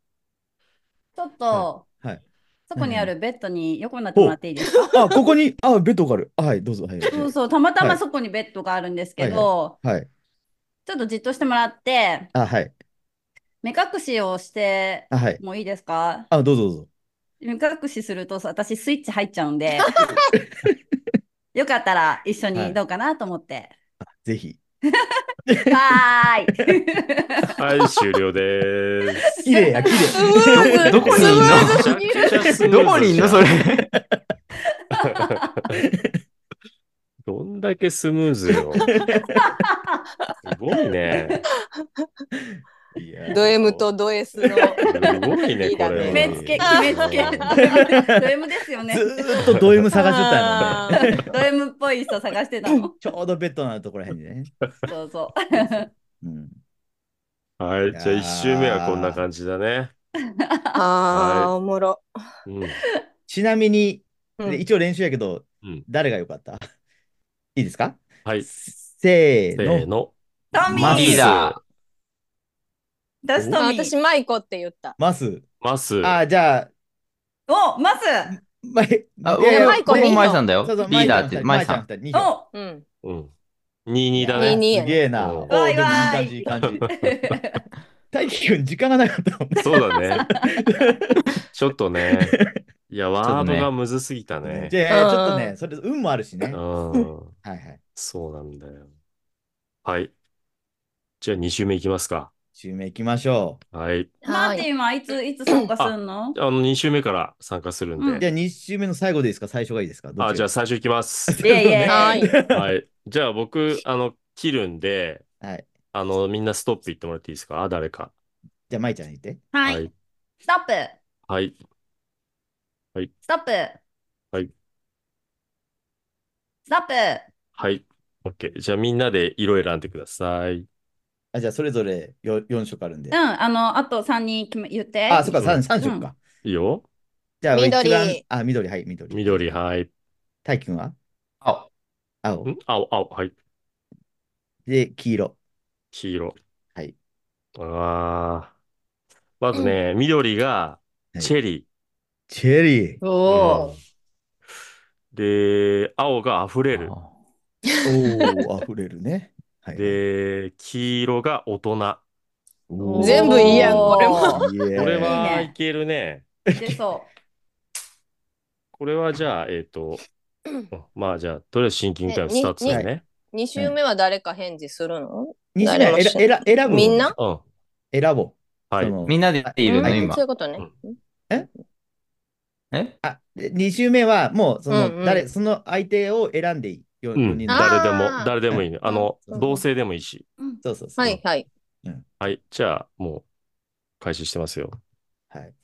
S4: ちょっと、
S5: はいはい
S4: そこにあるベッドに横になってもらっていいですか
S5: あ、ここに、あ、ベッドがある。あはい、どうぞ。はい。
S4: そうそう、たまた
S5: は
S4: ま
S5: い
S4: そこにベッドがあるんですけ
S5: は
S4: ど、
S5: はい。
S4: ちょっとじっとしてもらって、
S5: あ、はい。
S4: 目隠しをして
S5: あ、はい。
S4: もいいですか
S5: あ、どうぞどうぞ。
S4: 目隠しするとさ私スイッチ入っちゃう んで、よかったら一緒
S5: は
S4: に
S5: い
S4: どうかなと思って。
S5: ぜ ひ。
S4: はーい。
S3: はい、終了でーす。
S5: 綺麗や、綺
S1: ス
S5: 麗。
S1: ムーズ
S6: どこにいんの
S1: スムーズすぎる
S6: どこにいんの、それ。。
S3: どんだけスムーズよ。すごいね。
S5: い や
S1: ド M とド S の。
S3: すごいね、これは。
S4: 決めつけ、
S1: あ
S4: 決
S1: ー
S4: めつ け。ド M ですよね
S5: ず。ーっとド M 探してたのね。
S1: あー
S4: ド M っぽい人探してた の。
S5: ちょうどベッドのところへんにね。
S4: そうそ
S5: うん。
S3: はい、じゃあ1周目はこんな感じだね。
S1: あー、おもろ。
S3: うん。
S5: ちなみに、
S1: うん
S5: で一応練習やけど、
S3: うん
S5: 誰が良かった いいですか
S3: はい、せ
S5: せーの。
S3: ーの。
S4: う。トミ
S5: マ
S6: リー
S4: ー。
S6: ダ
S4: ダス
S1: あ
S4: トミ
S1: 私、
S4: ー。
S1: マイコって言った。
S5: ます。
S3: ます。
S5: あ、じゃあ、
S4: お、マス。
S5: ま、い
S6: あ、
S5: やいや
S1: マイコ
S6: 僕
S1: ミント
S6: もマイさんだよ。
S5: そうそう
S6: リーダーっ
S5: マ
S6: て、
S5: イ
S6: マイ
S5: ち
S6: さ
S5: ゃん
S6: ん。
S5: 二人マイちゃん二人二票
S4: お。
S1: うん。
S3: うん。22だ
S1: いい
S3: ね。
S1: ね
S5: すげえな。
S3: うん
S5: おー
S4: わいわ
S5: で
S4: い
S5: もいい感じ、いい感じ。大輝くん、時間がなかったもんね。
S3: そうだね。 ちょっとね。いや、
S6: ちょ
S3: ワー
S6: っとね
S3: ドがむずすぎたね。
S5: じゃあ、
S1: うん
S5: ちょっとね、それ、運もあるしね。
S3: う
S5: は
S3: ん。
S5: いはい。
S3: そうなんだよ。はい。じゃあ2周目いきますか。
S5: 1周目行きましょ
S3: はい。
S4: マーティンはいつ、いつ参加すんの
S3: あの、2周目から参加するん
S5: う。
S3: で
S5: じ。ゃあ、2周目の最後でいいですか最初がいいですかどっち
S3: あ、じゃあ
S5: が
S3: 最初い きます。
S4: イエイイエイ。
S1: はい。
S3: はい。じゃあ僕、あの、切るんで、
S5: はい。
S3: あの、みんなストップ言ってもらっていいですか誰か。
S5: じゃあ、舞ちゃん言って。
S4: はい。ストップ。
S3: はい。
S4: ストップ。
S3: はい。
S4: ストップ。
S3: はい。OK。じゃあみんなで色選んでください。
S5: あ、じゃあ、それぞれよ4色あるんで。
S4: うん、あの、あと3人決め言って。
S5: あ、そっか、
S3: うん
S5: 3, 三色か。
S3: いいよ。
S5: じゃあ、一番
S1: 緑
S5: あ、緑、はい、緑。
S3: 緑、はい。
S5: 大輝くんは
S6: 青。
S5: 青
S3: ん。青、青、はい。
S5: で、黄色。
S3: 黄色。
S5: はい。
S3: あー。まずね、緑が
S5: はい
S3: チェリ
S5: チェリー。
S4: お
S3: ー。
S4: お
S3: うんで、青が溢れる。
S5: おお、溢れるね。はい。
S3: で、黄色が大人。
S5: おー
S1: 全部いいやんこれ
S4: も。
S5: イエーイ
S3: これはい
S4: い
S3: い
S4: ね
S3: けるね。
S4: ーでそ
S3: これはじゃあ、えっと、まあじゃあ、とりあえずシンキングタイム
S1: え
S3: スタートする
S5: に
S3: ね。
S1: 2週目は誰か返事するの
S5: 二種
S1: 誰も
S5: 類選選選ぶも
S1: みんな
S3: うん。
S5: 選ぼう。
S3: はい
S5: そ。の
S6: みんなでいる
S1: う
S6: の、
S1: ん
S6: 今
S1: そうい。うことね。
S6: え
S5: あ、で二周目はもうその、
S1: うんうん
S5: 誰その相手を選んでいい。よ
S3: う
S5: 四
S3: ん、
S5: 人
S1: あー
S3: 誰でも、誰でもいいの。あの、
S1: うん
S3: 同性でもいいし。
S4: う。 うん
S5: そうそうそう。
S1: はいはい。
S3: はい、じゃあ、もう、開始してますよ。
S5: はい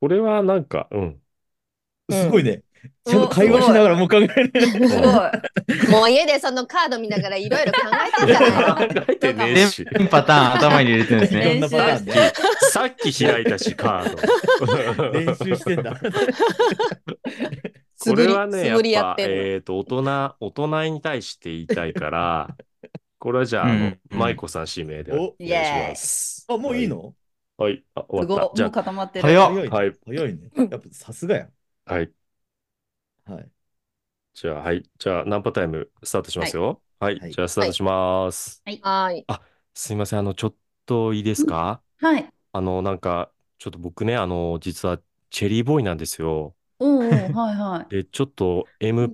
S3: これはなんか、うん。
S1: うん
S5: すごいね。ちょっと会話しながらもう考える。
S4: すごい。
S1: もう家でそのカード見ながらいろいろ考えてんじゃないの
S3: 考 えてねえし。
S6: 全パターン頭に入れてるんです
S5: いろん
S6: ね。
S5: なパターンで
S3: さっき開いたし、カード。
S5: 練習してんだ。
S1: 素
S3: こ
S1: 振
S3: れ
S1: り
S3: は
S1: 素
S3: ね、やっ
S1: 振りや
S3: ぱ
S1: っ、てんの
S3: えっと、大人、大人に対して言いたいから、 これはじゃあ、あの
S6: うん、うん
S3: 舞子さん指名で
S5: お
S3: お願いします。
S5: あ、もういいの
S3: はい、あ、
S4: す
S3: 終
S4: ごい
S3: わった。
S4: も
S3: じ
S4: う
S3: ゃ
S4: 固まってる。
S6: 早っ
S5: 早いね。
S3: はい
S5: 早いね。やっぱさすがや。
S3: あ、はい。
S5: はい。
S3: じゃあ、はい。じゃあ、ナンパタイム、スタートしますよ。はい
S5: は。い
S3: じゃあ、スタートします。
S1: はい。
S3: すいません、あの、ちょっといいですか
S4: はい。
S3: あの、なんか、ちょっと僕ね、あの、実は、チェリーボーイなんですよ。
S4: おうおう、はいはい。
S3: で、ちょっと M っ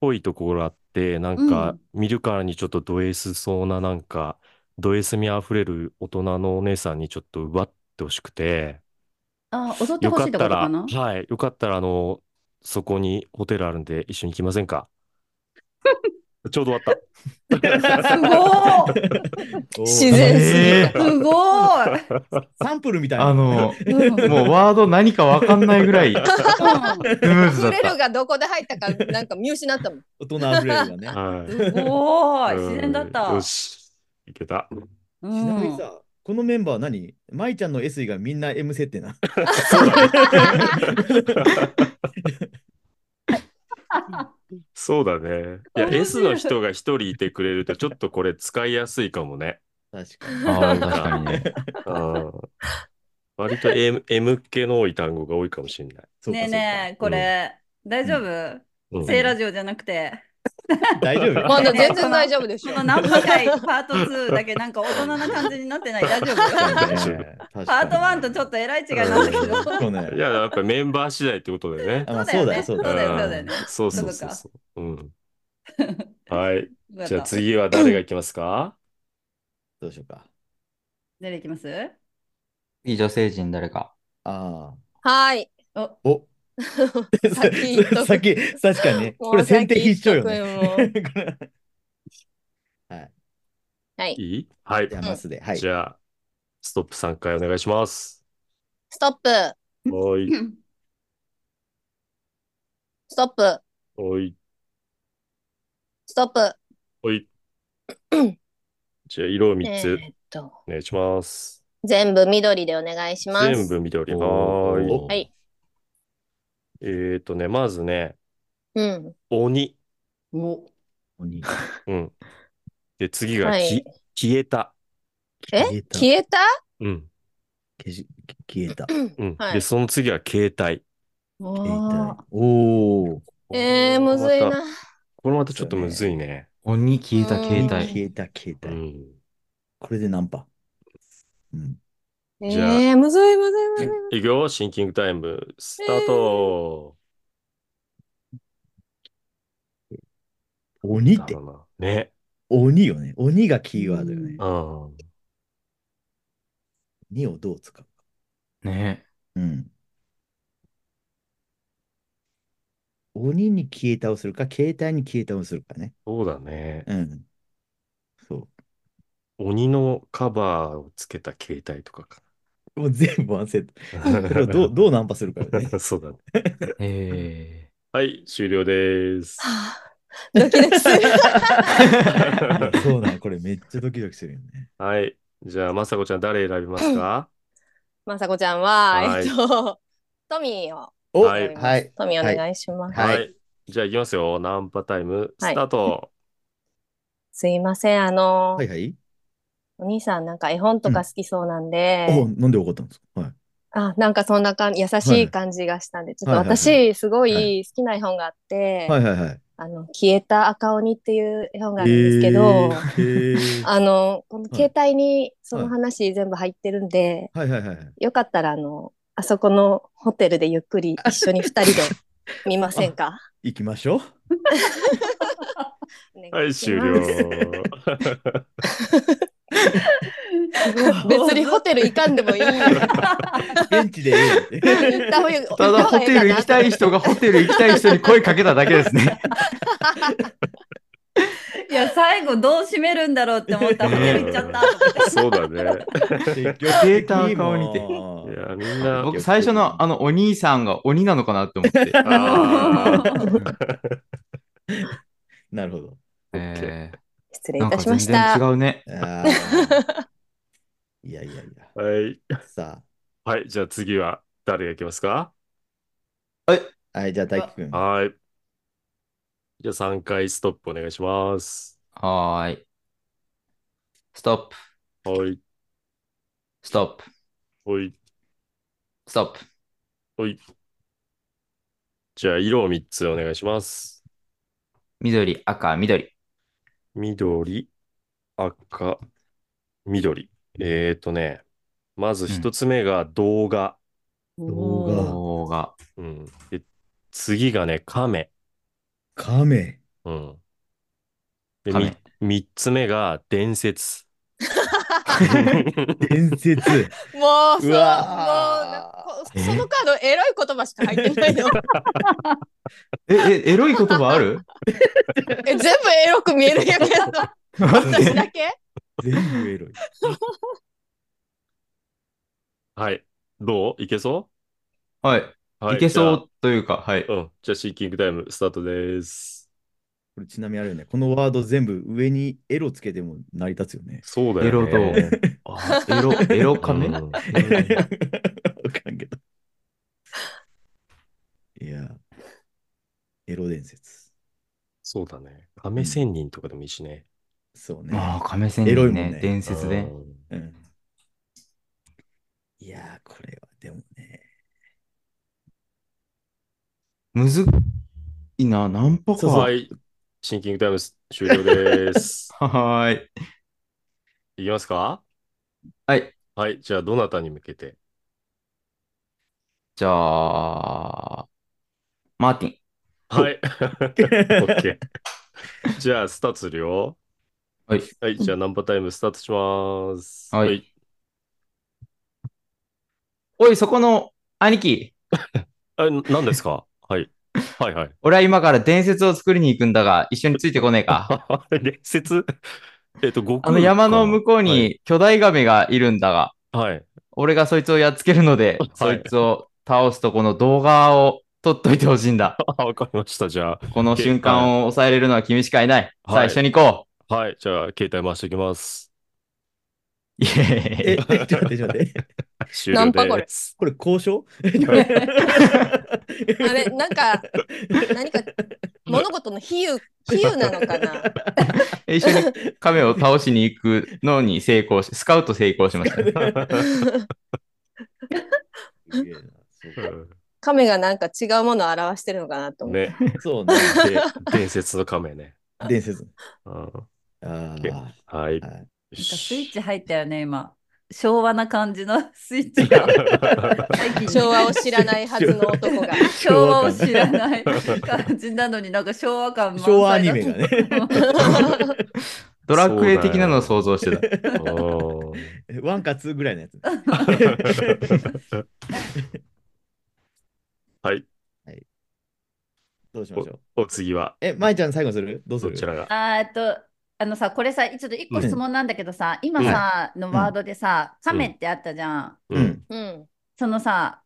S3: ぽいところあって、なんか、見るからにちょっとド S そうな、なんか、ド S 味あふれる大人のお姉さんにちょっと奪ってほしくて、
S4: あ、踊って
S3: よ
S4: ほ
S3: かっ
S4: しいって
S3: た
S4: こと
S3: ら、
S4: かな
S3: はい、よかったら、あの、そこにホテルあるんで、一緒に行きません かちょうど終わった。
S4: すごい
S5: おー
S1: 自然すぎる。
S6: え
S4: すごい
S5: サンプルみたいな。
S6: あの、
S4: うん
S6: もうワード何かわかんない ぐらいスムーズ
S1: 触
S6: だっ
S1: れる
S6: た。
S1: がどこで入ったかなんか見失ったもん。
S5: 大人あふれる わね。
S3: はい。
S4: すごい
S3: うん
S4: 自然だった。
S3: よし。いけた。
S4: う
S5: ちなみに
S4: ん。
S5: さ、このメンバーは何舞ちゃんの S 以外みんな M 設定な。
S3: そうだね。いや、
S4: 面白い
S3: S の人が一人いてくれると、ちょっとこれ使いやすいかもね。
S5: 確かに。
S6: ああ、確かにね。
S3: うん割と M, M 系の多い単語が多いかもしれない。
S5: そうか
S4: ねえねえ、これ、大丈夫
S3: うん
S4: 聖ラジオじゃなくて。
S5: そうか大丈夫
S1: まだ全然大丈夫でし
S4: こ
S1: ょ。
S4: の何パ回パート2だけなんか大人な感じになってない。大 丈夫
S3: 大丈夫
S4: パート1とちょっ
S5: と。
S4: とえらい違いなんだけど。
S5: そうね
S3: いや、やっぱメンバー次第ってことでね。
S5: あまあそうだよ、そ
S4: そうう
S5: だ
S4: だ
S5: よ。
S4: よねそうだよね
S3: んそうそうそうそう。うん。 はい。
S4: よかっ
S3: じゃあ
S4: た
S3: 次は誰がいきますか
S5: どうしようか。
S4: 誰いきます
S6: いい女性陣誰か。
S5: あ
S1: はい。
S4: お
S5: あ。お
S1: 先言っと く
S5: 先、確かにね。これ先手必勝よね。
S1: ね。はい。
S3: いいはい
S5: じ。ゃあ、マスで。はい。
S3: じゃあ、ストップ3回お願いします。
S1: ストップ、
S3: は
S4: う
S3: い。
S4: ん
S1: ストップ、
S3: はい。
S1: ストップ。
S3: はい。じゃあ、色を3
S1: え
S3: つ
S1: ーっと、
S3: お願いします。
S1: 全部緑でお願いします。
S3: 全部緑。
S6: お
S3: はー
S6: ー
S3: い。
S1: はい
S3: えっとね、まずね、
S1: うん。
S3: 鬼。
S4: お
S5: 鬼
S3: うん。で、次が、
S1: はい
S3: き消えた。
S1: え
S5: 消えた
S1: 消えた
S3: うん。
S5: 消し消えた。
S3: うん。
S1: はい
S3: で、その次は携帯。
S5: 消え
S4: お
S5: た。おお。
S1: えー、むずい
S3: これ
S1: な
S3: また。これまたちょっとむずいね。
S6: 鬼消えた携
S1: うん
S6: 帯。
S5: 消えた、消え
S3: う
S5: た。
S3: ん。
S5: これでナンパ。うん。
S1: え
S3: じゃあ
S1: ー、むずいむずいむずい。
S3: いくよ、シンキングタイム、スタート。
S5: 鬼って
S3: だ、ろうなね。
S5: 鬼よね。鬼がキーワードよね
S3: う。ん。
S5: 鬼をどう使うか。
S6: ね
S5: うん。鬼に消えたをするか、携帯に消えたをするかね。
S3: そうだね。
S5: うん。そ
S3: 鬼のカバーをつけた携帯とかか
S5: う。もう全部ワンセット。
S3: な。
S5: これを どう、どうナンパするかよね。
S3: そうだね。
S6: え
S3: はい、終了です。
S1: はあドキドキする。
S5: そうなん、これめっちゃドキドキするよね。
S3: はい。じゃあ、まさこちゃん、誰選びますか
S1: まさこちゃんは、
S3: はい
S1: えっと、トミーを。
S5: お
S3: は
S1: 選
S3: い
S1: びます
S5: はい。
S1: トミーお願いします。
S5: はい
S3: じゃあ、いきますよ。ナンパタイム、スタート。
S1: すいません、あの、
S5: はいはい。
S1: お兄さんなんか絵本とか好きそうなんで、
S5: おなんでわかったんですかはい。
S1: あ、なんかそんな感じ、優しい感じがしたんで、ちょっと
S5: はいはい
S1: 私、すごい好きな絵本があって、
S5: はいはいはい。
S1: あの、消えた赤鬼っていう絵本があるんですけど、
S5: えー。えー
S1: あの、この携帯にそ
S5: は
S1: の
S5: い
S1: 話全部入ってるんで、
S5: はいはいはいはい。
S1: よかったらあの、あそこのホテルでゆっくり一緒に二人で見ませんか
S5: 行きましょう。
S1: お
S3: は
S1: 願
S3: い、
S1: し
S3: 終
S1: ます
S3: 了。
S1: 別にホテル行かんでもいいん や。
S5: 現地でいいよ ね。
S1: 行った方が行った方
S6: ー、た
S1: が
S6: だホテル行きたい人がホテル行きたい人に声かけただけで すね。
S4: いや、最後どう締めるん だろうって思った。ホテル行っちゃったとか言って。
S3: そうだね。
S5: 結局
S6: データを顔にて
S5: も
S3: いうやあみんな。
S6: 僕、最初のあのお兄さんが鬼なのかなって 思って。
S3: あ
S5: なるほど。
S6: え
S1: 失
S6: ー
S1: 礼い
S6: なん
S1: た
S6: か
S1: しま
S6: 全
S1: し
S6: 然
S1: た。
S6: 違うね。
S5: あーいやいやい
S3: ーはい。
S5: や。さ
S3: はい。じゃあ次は誰がいきますか
S5: あ、はい、じゃあ大輝くん。
S3: はい。じゃあ3回ストップお願いします。
S6: はーい。ストップ、
S3: はい。
S6: ストップ、
S3: はい。
S6: ストップ。
S3: はい。じゃあ色を3つお願いします。
S6: 緑、赤、緑。
S3: 緑、赤、緑。えーとね、まず1つ目が動画。
S5: 動画
S6: 青が、
S3: うん。で、次がね、亀。
S5: カメ。
S3: うん。で、
S6: 亀
S3: み、三つ目が伝説。
S5: 伝説。
S1: もう、そう、
S5: う
S1: もう
S5: わー
S1: なこ、そのカード、エロい言葉しか入ってない の。
S6: え、え、エ ロい言葉ある
S1: え、全部エロく見えるんやけど、
S6: 待っ
S1: 私
S6: て
S1: だけ
S5: 全部エロい。
S3: はい。どういけそ
S6: はい。
S3: うはい
S6: いけそ
S3: じ
S6: うというか、はい。
S3: ゃあうん。じゃあ、シンキングタイムスタートです。
S5: これちなみにあれよね。このワード全部上にエロつけても成り立つよね。
S3: そうだ
S6: エ
S3: よ
S6: ロと
S3: ね。、
S6: あエロ、エロカメ
S3: うん
S5: わ かんけど。 いや、エロ伝説。
S3: そうだね。亀仙人とかでもいいしね。
S5: そうね。
S6: ああ、亀仙
S5: エロいも
S6: 人
S5: んね
S6: ね。伝説
S3: で
S6: ね。
S5: うん、いやー、これはでもね。
S6: むずいな、ナンパか。
S3: は。
S6: はい
S3: シンキングタイムス終了です。
S6: ーい。
S3: いきますか
S6: はい。
S3: はい。じゃあ、どなたに向けて
S6: じゃあ、マーティン。
S3: はい。 オッケー。じゃあ、スタートするよ。
S6: はい。
S3: はい。じゃあ、ナンパタイムスタートします。
S6: はい。おい、そこの兄貴。
S3: え、な何ですかはい。はいはい。
S6: 俺は今から伝説を作りに行くんだが、一緒についてこね えか。
S3: あ伝説えっと、悟空
S6: あの山の向こう
S3: はい。
S6: に巨大亀がいるんだが、
S3: はい。
S6: 俺がそいつをやっつけるので、
S3: はい
S6: そいつを倒すとこの動画を撮っといてほしいん だ。
S3: あ、わかりました。じゃ
S6: この瞬間を抑えれるのは君しかいない。
S3: はい
S6: さあ、一緒に行こ
S3: あ。はい。じゃあ、携帯回しておきます。
S6: う。イ
S5: え、
S6: エ
S5: ちょっと待って、ちょっと待って。
S3: 終
S1: ナ
S3: 了
S1: ンパこれ
S3: です。
S5: これ交渉
S1: あれ、なんか、何か、物事の比喩、比喩なのかな。
S6: ーイ。 一緒に亀を倒しに行くのに成功し、スカウト成功しました。
S5: すげえなそうか
S1: 亀がなんか違うものを表してるのかなと思って。
S3: ね。
S5: そうね。
S3: で、伝説の亀ね。
S5: 伝説。
S3: うん
S5: あ
S3: け
S5: あ。
S3: は
S5: はい
S3: い。よ
S4: なんか
S3: し
S4: スイッチ入ったよね、今。昭和な感じの スイッチが。
S1: 昭和を知らないはずの男が。
S4: 昭和を知らない感じなのになんか昭和感満載だ
S5: 昭和アニ メがね。
S6: ドラクエ的なのを想像して た。
S3: おー
S5: ワンかツーぐらいのやつ。
S3: はい。
S5: どうしましょう。
S3: お次は、
S5: え、まいちゃん最後にするどうす
S3: ど
S5: る
S3: ちらが
S4: あーえっと、あのさ、これさ、ちょっと一個質問なんだけどさ、今さ、のワードでさ、
S3: ん
S4: 亀ってあったじゃん。
S5: う。ん。
S1: うん。
S4: そのさ、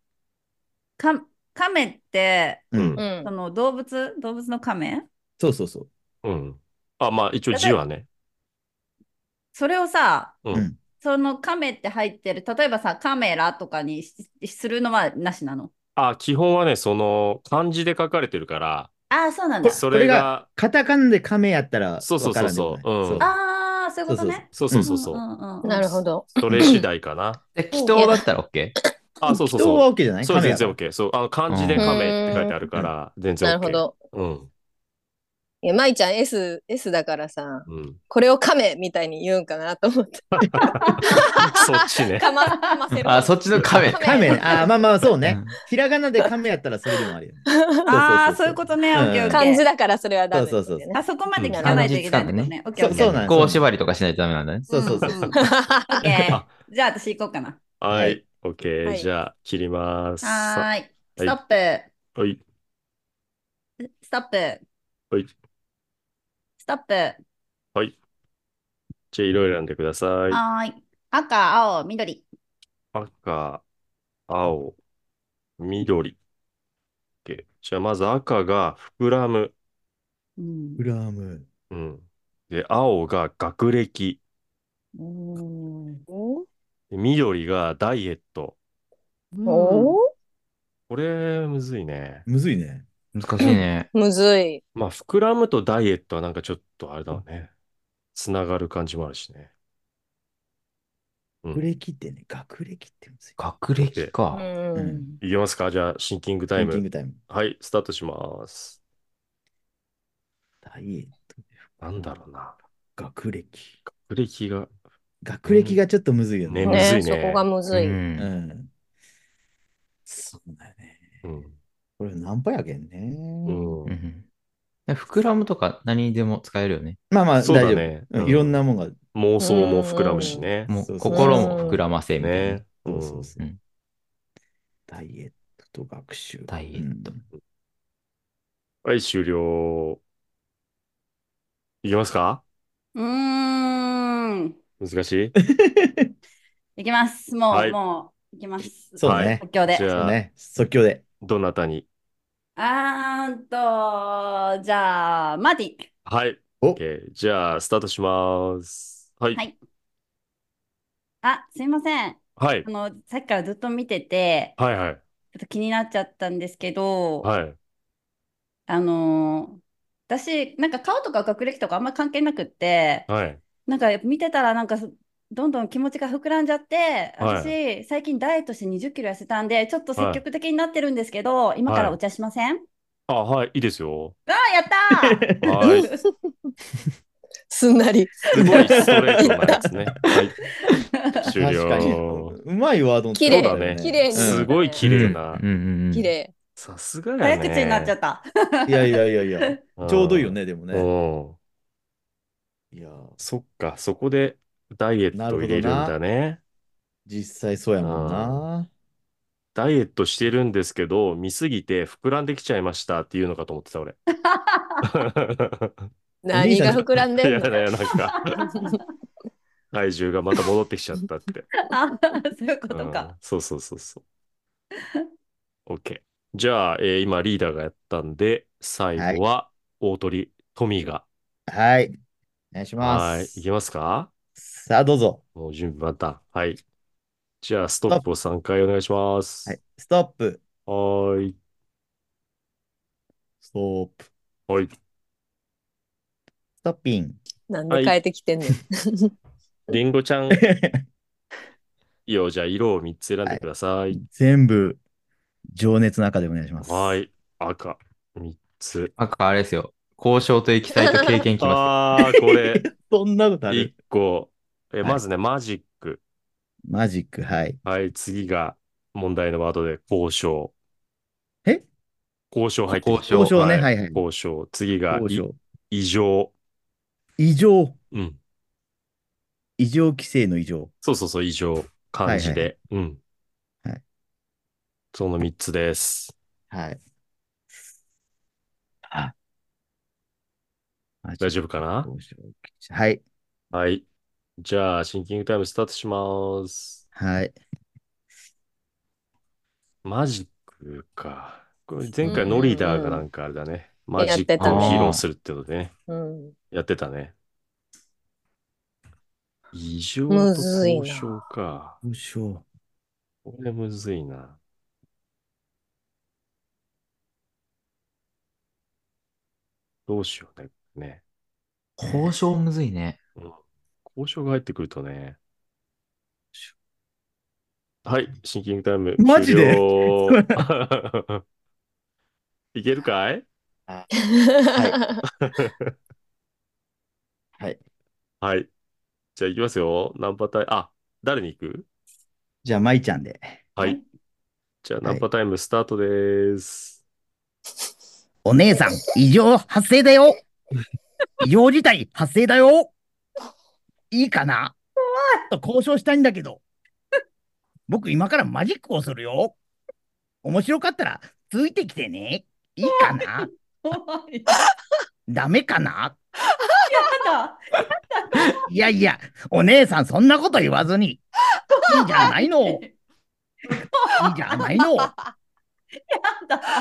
S4: か亀って、
S5: う
S3: うん
S5: ん
S1: う。
S4: そ
S1: ん。
S4: の動物、動物の亀
S5: そうそうそう。
S3: うん。あ、まあ、一応字はね。
S4: それをさ、
S3: うん。
S4: その亀って入ってる、例えばさ、カメラとかにしするのはなしなの。
S3: あ、基本はね、その、漢字で書かれてるから、
S4: ああ、そうなんだ。
S3: そ
S5: こ
S3: れ
S5: れ
S3: が
S5: が、カタカナでカメやったら、
S3: そうそうそうそう
S5: わからんでもない
S4: ああ、そういうことね。
S3: そうそうそうそう。
S4: んんうん
S1: なるほど。
S3: それ次第か な。
S6: で、祈祷だったら OK?
S3: あ、そうそ
S5: 人
S3: うそう
S5: は。OK じゃない
S3: そう、
S5: 亀
S3: 全
S5: や
S3: 然 OK。そう、あの、漢字で亀って書いてあるから、全然
S1: な
S3: OK。
S1: るほ。ど。
S3: うん。
S1: いや、舞ちゃん S、S だからさ、
S3: うん。
S1: これを亀みたいに言うんかなと思って。
S3: そっちね。
S1: かま、かませる。
S6: あ、そっちの亀。
S5: カメね。あーまあまあ、そうね
S6: う。ん
S5: ひらがなでカメやったらそれでもあり。
S4: ああ、そういうことね。
S5: う
S4: オ
S5: ん
S4: ッケーオッケー
S1: 漢字だからそれはダメ、
S5: そうそうそう
S4: あそこまで聞
S6: う
S4: か
S6: ん
S4: ないといけないんだね。オッケーオッケ
S5: そう
S4: ー。
S5: なんです
S6: こう縛りとかしないとダメなんだね。
S5: そうそうそう
S4: うんうんオッ
S1: う。
S4: ケー
S3: あ
S4: じゃあ私行こうかな。
S3: は
S5: はいい。
S3: OK。
S1: はい
S3: じゃあ、切ります。
S4: はーい。
S3: は
S4: ス
S3: い
S4: トッ
S3: はい。
S4: プ。ストップ。
S3: はい。
S4: ストップ。
S3: はい。じゃあ、いろいろ選んでください。
S4: はーい。赤、青、緑。
S3: 赤、青、緑。OK じゃあまず赤が膨らむ。
S4: うん
S5: フラーム。
S3: うん。で、青が学歴。
S4: うん
S1: お
S3: で緑がダイエット。
S1: お
S3: これ、むずいね。
S5: むずいね。
S6: 難しいね。
S1: むずい。
S3: まあ、膨らむとダイエットはなんかちょっとあれだわね。つながる感じもあるしね。うん
S5: 学歴ってね、学歴ってむずい。
S6: 学歴
S1: う
S6: か。
S1: ん。
S3: いけますかじゃあ、シンキングタ
S5: ラ
S3: イ
S5: ンキン
S3: ム。
S5: グタイム。
S3: はい、スタートします。
S5: ダイエットで
S3: なんだろうな。
S5: 学歴。
S3: 学歴が、
S5: 学歴がちょっとむずいよ
S3: ね
S5: ね。
S3: むずい
S1: ね、そこがむず
S6: う
S1: い。
S5: うんん。そうだよね。
S3: うん。
S5: これ何パやけん
S3: う
S5: ね。
S3: ん。
S6: うん膨らむとか何にでも使えるよね。
S5: まあまあ、
S3: そう
S5: 大
S3: だ
S5: 丈
S3: ね
S5: 夫。う
S3: うん
S5: んいろんなもんが。
S3: 妄想も膨らむしね。
S6: も
S5: そううそう
S6: 心も膨らませみたいな
S3: ね。。
S5: そうそうそうう。
S6: ん
S5: ダイエットと学習。
S6: ダイエット
S5: うん
S3: はい、終了。いけますか
S4: うーん。
S3: 難しい
S4: いきます。もう、
S3: はい
S4: もう、いきます。
S5: そうだね
S4: 即興で
S3: じ。
S5: そう
S3: ゃあ、
S5: ね。即興で。
S3: どなたに
S4: あーんと、じゃあ、マーティ。
S3: はい。
S5: お
S3: OK じゃあ、スタートします。はい。
S4: はいあ、すいません。あ
S3: はい。
S4: の、さっきからずっと見てて、
S3: はいはい。
S4: ちょっと気になっちゃったんですけど、
S3: はい。
S4: あのー私、なんか顔とか学歴とかあんま関係なくって、
S3: はい。
S4: なんかやっぱ見てたら、なんかそどんどん気持ちが膨らんじゃって、
S3: はい
S4: 私、最近ダイエットして20キロ痩せたんで、ちょっと積極的になってるんですけど、今からお茶しませ ん
S3: あ、はい。いいですよ。
S4: ああ、やったー
S3: はい。
S1: すんなり。
S3: すごいストレートなやつね。はい。終
S5: 確かに。
S3: 了。
S5: うまいワードの
S1: 綺麗
S5: 使い方だよ
S1: 綺麗に
S3: すごい綺麗な
S6: うん。うんうん
S1: 綺麗。
S3: さすがやね。
S4: 早口になっちゃった。
S5: いやいやいやいや。
S3: た
S5: ちょうどいいよ。ね、でもね。
S3: うん。
S5: いやー、
S3: そっか、そこでダイエットを入れるんだね。
S5: 実際そうやもんな。
S3: ダイエットしてるんですけど、見すぎて膨らんできちゃいましたっていうのかと思ってた、俺。
S1: 何が膨らん
S3: い
S1: で
S3: や
S1: んの
S3: だよ、なんか、体重がまた戻ってきちゃったって。
S4: あ、そういうこと
S3: うん
S4: か。
S3: そうそうそうそう。OK。じゃあ、えー今リーダーがやったんで、最後は大鳥、トミーが。
S5: はい。お願いしま
S3: はい。
S5: す
S3: い。けますか
S5: さあ、どうぞ。
S3: もう準備万端。はい。じゃあ、ストップを3回お願いします。
S5: はい。ストップ。
S3: は ーい。
S5: ストップ。
S3: はい。
S5: ストッピン。
S1: なんで変えてき てんねん。
S3: リンゴちゃ ん、いいよ、じゃあ、色を3つ選んでください。
S5: 全部、情熱の赤でお願いします。
S3: はい。。赤、3つ。
S6: 赤あれですよ。交渉とエキサイト経験きますよ。
S3: あー、これ、
S5: そんなことあ
S3: 1
S5: る。
S3: 個。え、
S5: はい
S3: まずね、マジック。
S5: マジック、はい。
S3: はい、次が問題のワードで交渉。
S5: え
S3: 交渉入ってます
S6: 交
S5: 渉ねはいはい
S3: 交渉。次が
S5: 交渉。
S3: い異常。
S5: 異常。
S3: うん。
S5: 異常規制の異常。
S3: そうそうそう、異常。漢字で。うん。
S5: はい
S3: その3つです。
S5: はい。あ
S3: 大丈夫かな
S5: 交渉はい。
S3: はい。じゃあ、シンキングタイムスタートします。
S5: はい。
S3: マジックか。これ前回ノリーダーがなんかあれだね。マジッ
S1: やって
S3: ク
S1: た
S3: を
S6: ね
S3: 披露するってことでね。
S1: うん。
S3: やってたね。異常と
S1: むずいな
S3: 交渉か。
S5: 交渉。
S3: これむずいな。どうしようね。ね。
S6: 交渉むずいね。
S3: 交渉が入ってくるとね。はい、シンキングタイム。
S5: マジで
S3: 終了 いけるかい
S5: はい。
S3: はい。じゃあ行きますよ。何パターン、あ、誰に行く
S5: じゃあ、舞ちゃんで。
S3: はい。じゃあ、ナンパタイムスタートです。
S5: お姉さん、異常発生だよ。異常事態発生だよ。いいかなと交渉したいんだけど。僕今からマジックをするよ。面白かったらついてきてね。いいかな
S4: 怖い。
S5: ダメかな
S4: やだ。
S5: いやいや、お姉さんそんなこと言わずに。いいんじゃないのいいじゃないの。
S3: はい、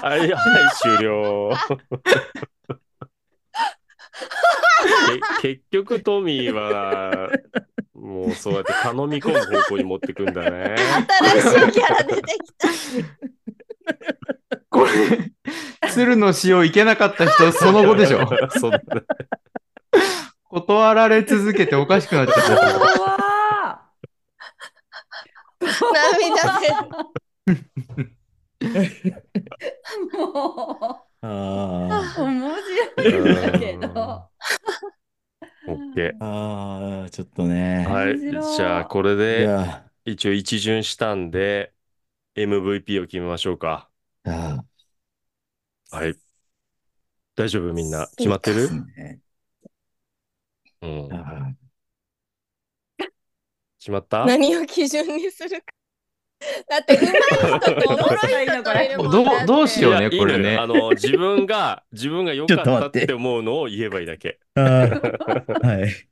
S3: はい、終了。け結局トミーは、もうそうやって頼み込む方向に持ってくんだね。
S1: 新しいキャラ出てきた。
S6: これ、 鶴の塩いけなかった人、その後でしょ。
S3: そんな
S6: 断られ続けておかしくなっちゃった。
S4: 怖
S1: 涙出る。
S4: ーも
S7: あ
S4: う、面白いんだけど。
S3: オッケ
S7: ーあー、ちょっとね
S3: ー。。はい。
S4: 面白い
S3: じゃあ、これ
S7: い
S3: で
S7: や、
S3: 一応一巡したんで、MVP を決めましょうか。
S7: あ
S3: はい。大丈夫みんな。決まって
S7: ーで
S3: る
S7: すね
S3: うん。
S7: あ
S3: 決まった
S1: 何を基準にするか。だって、上手い人と面白い人といるもん
S6: どう
S1: だって
S6: どうしようね
S3: いやいいのよ
S6: これね
S3: あの、自分が、自分が良かったって思うのを言えばいいだけ。
S5: あー はい。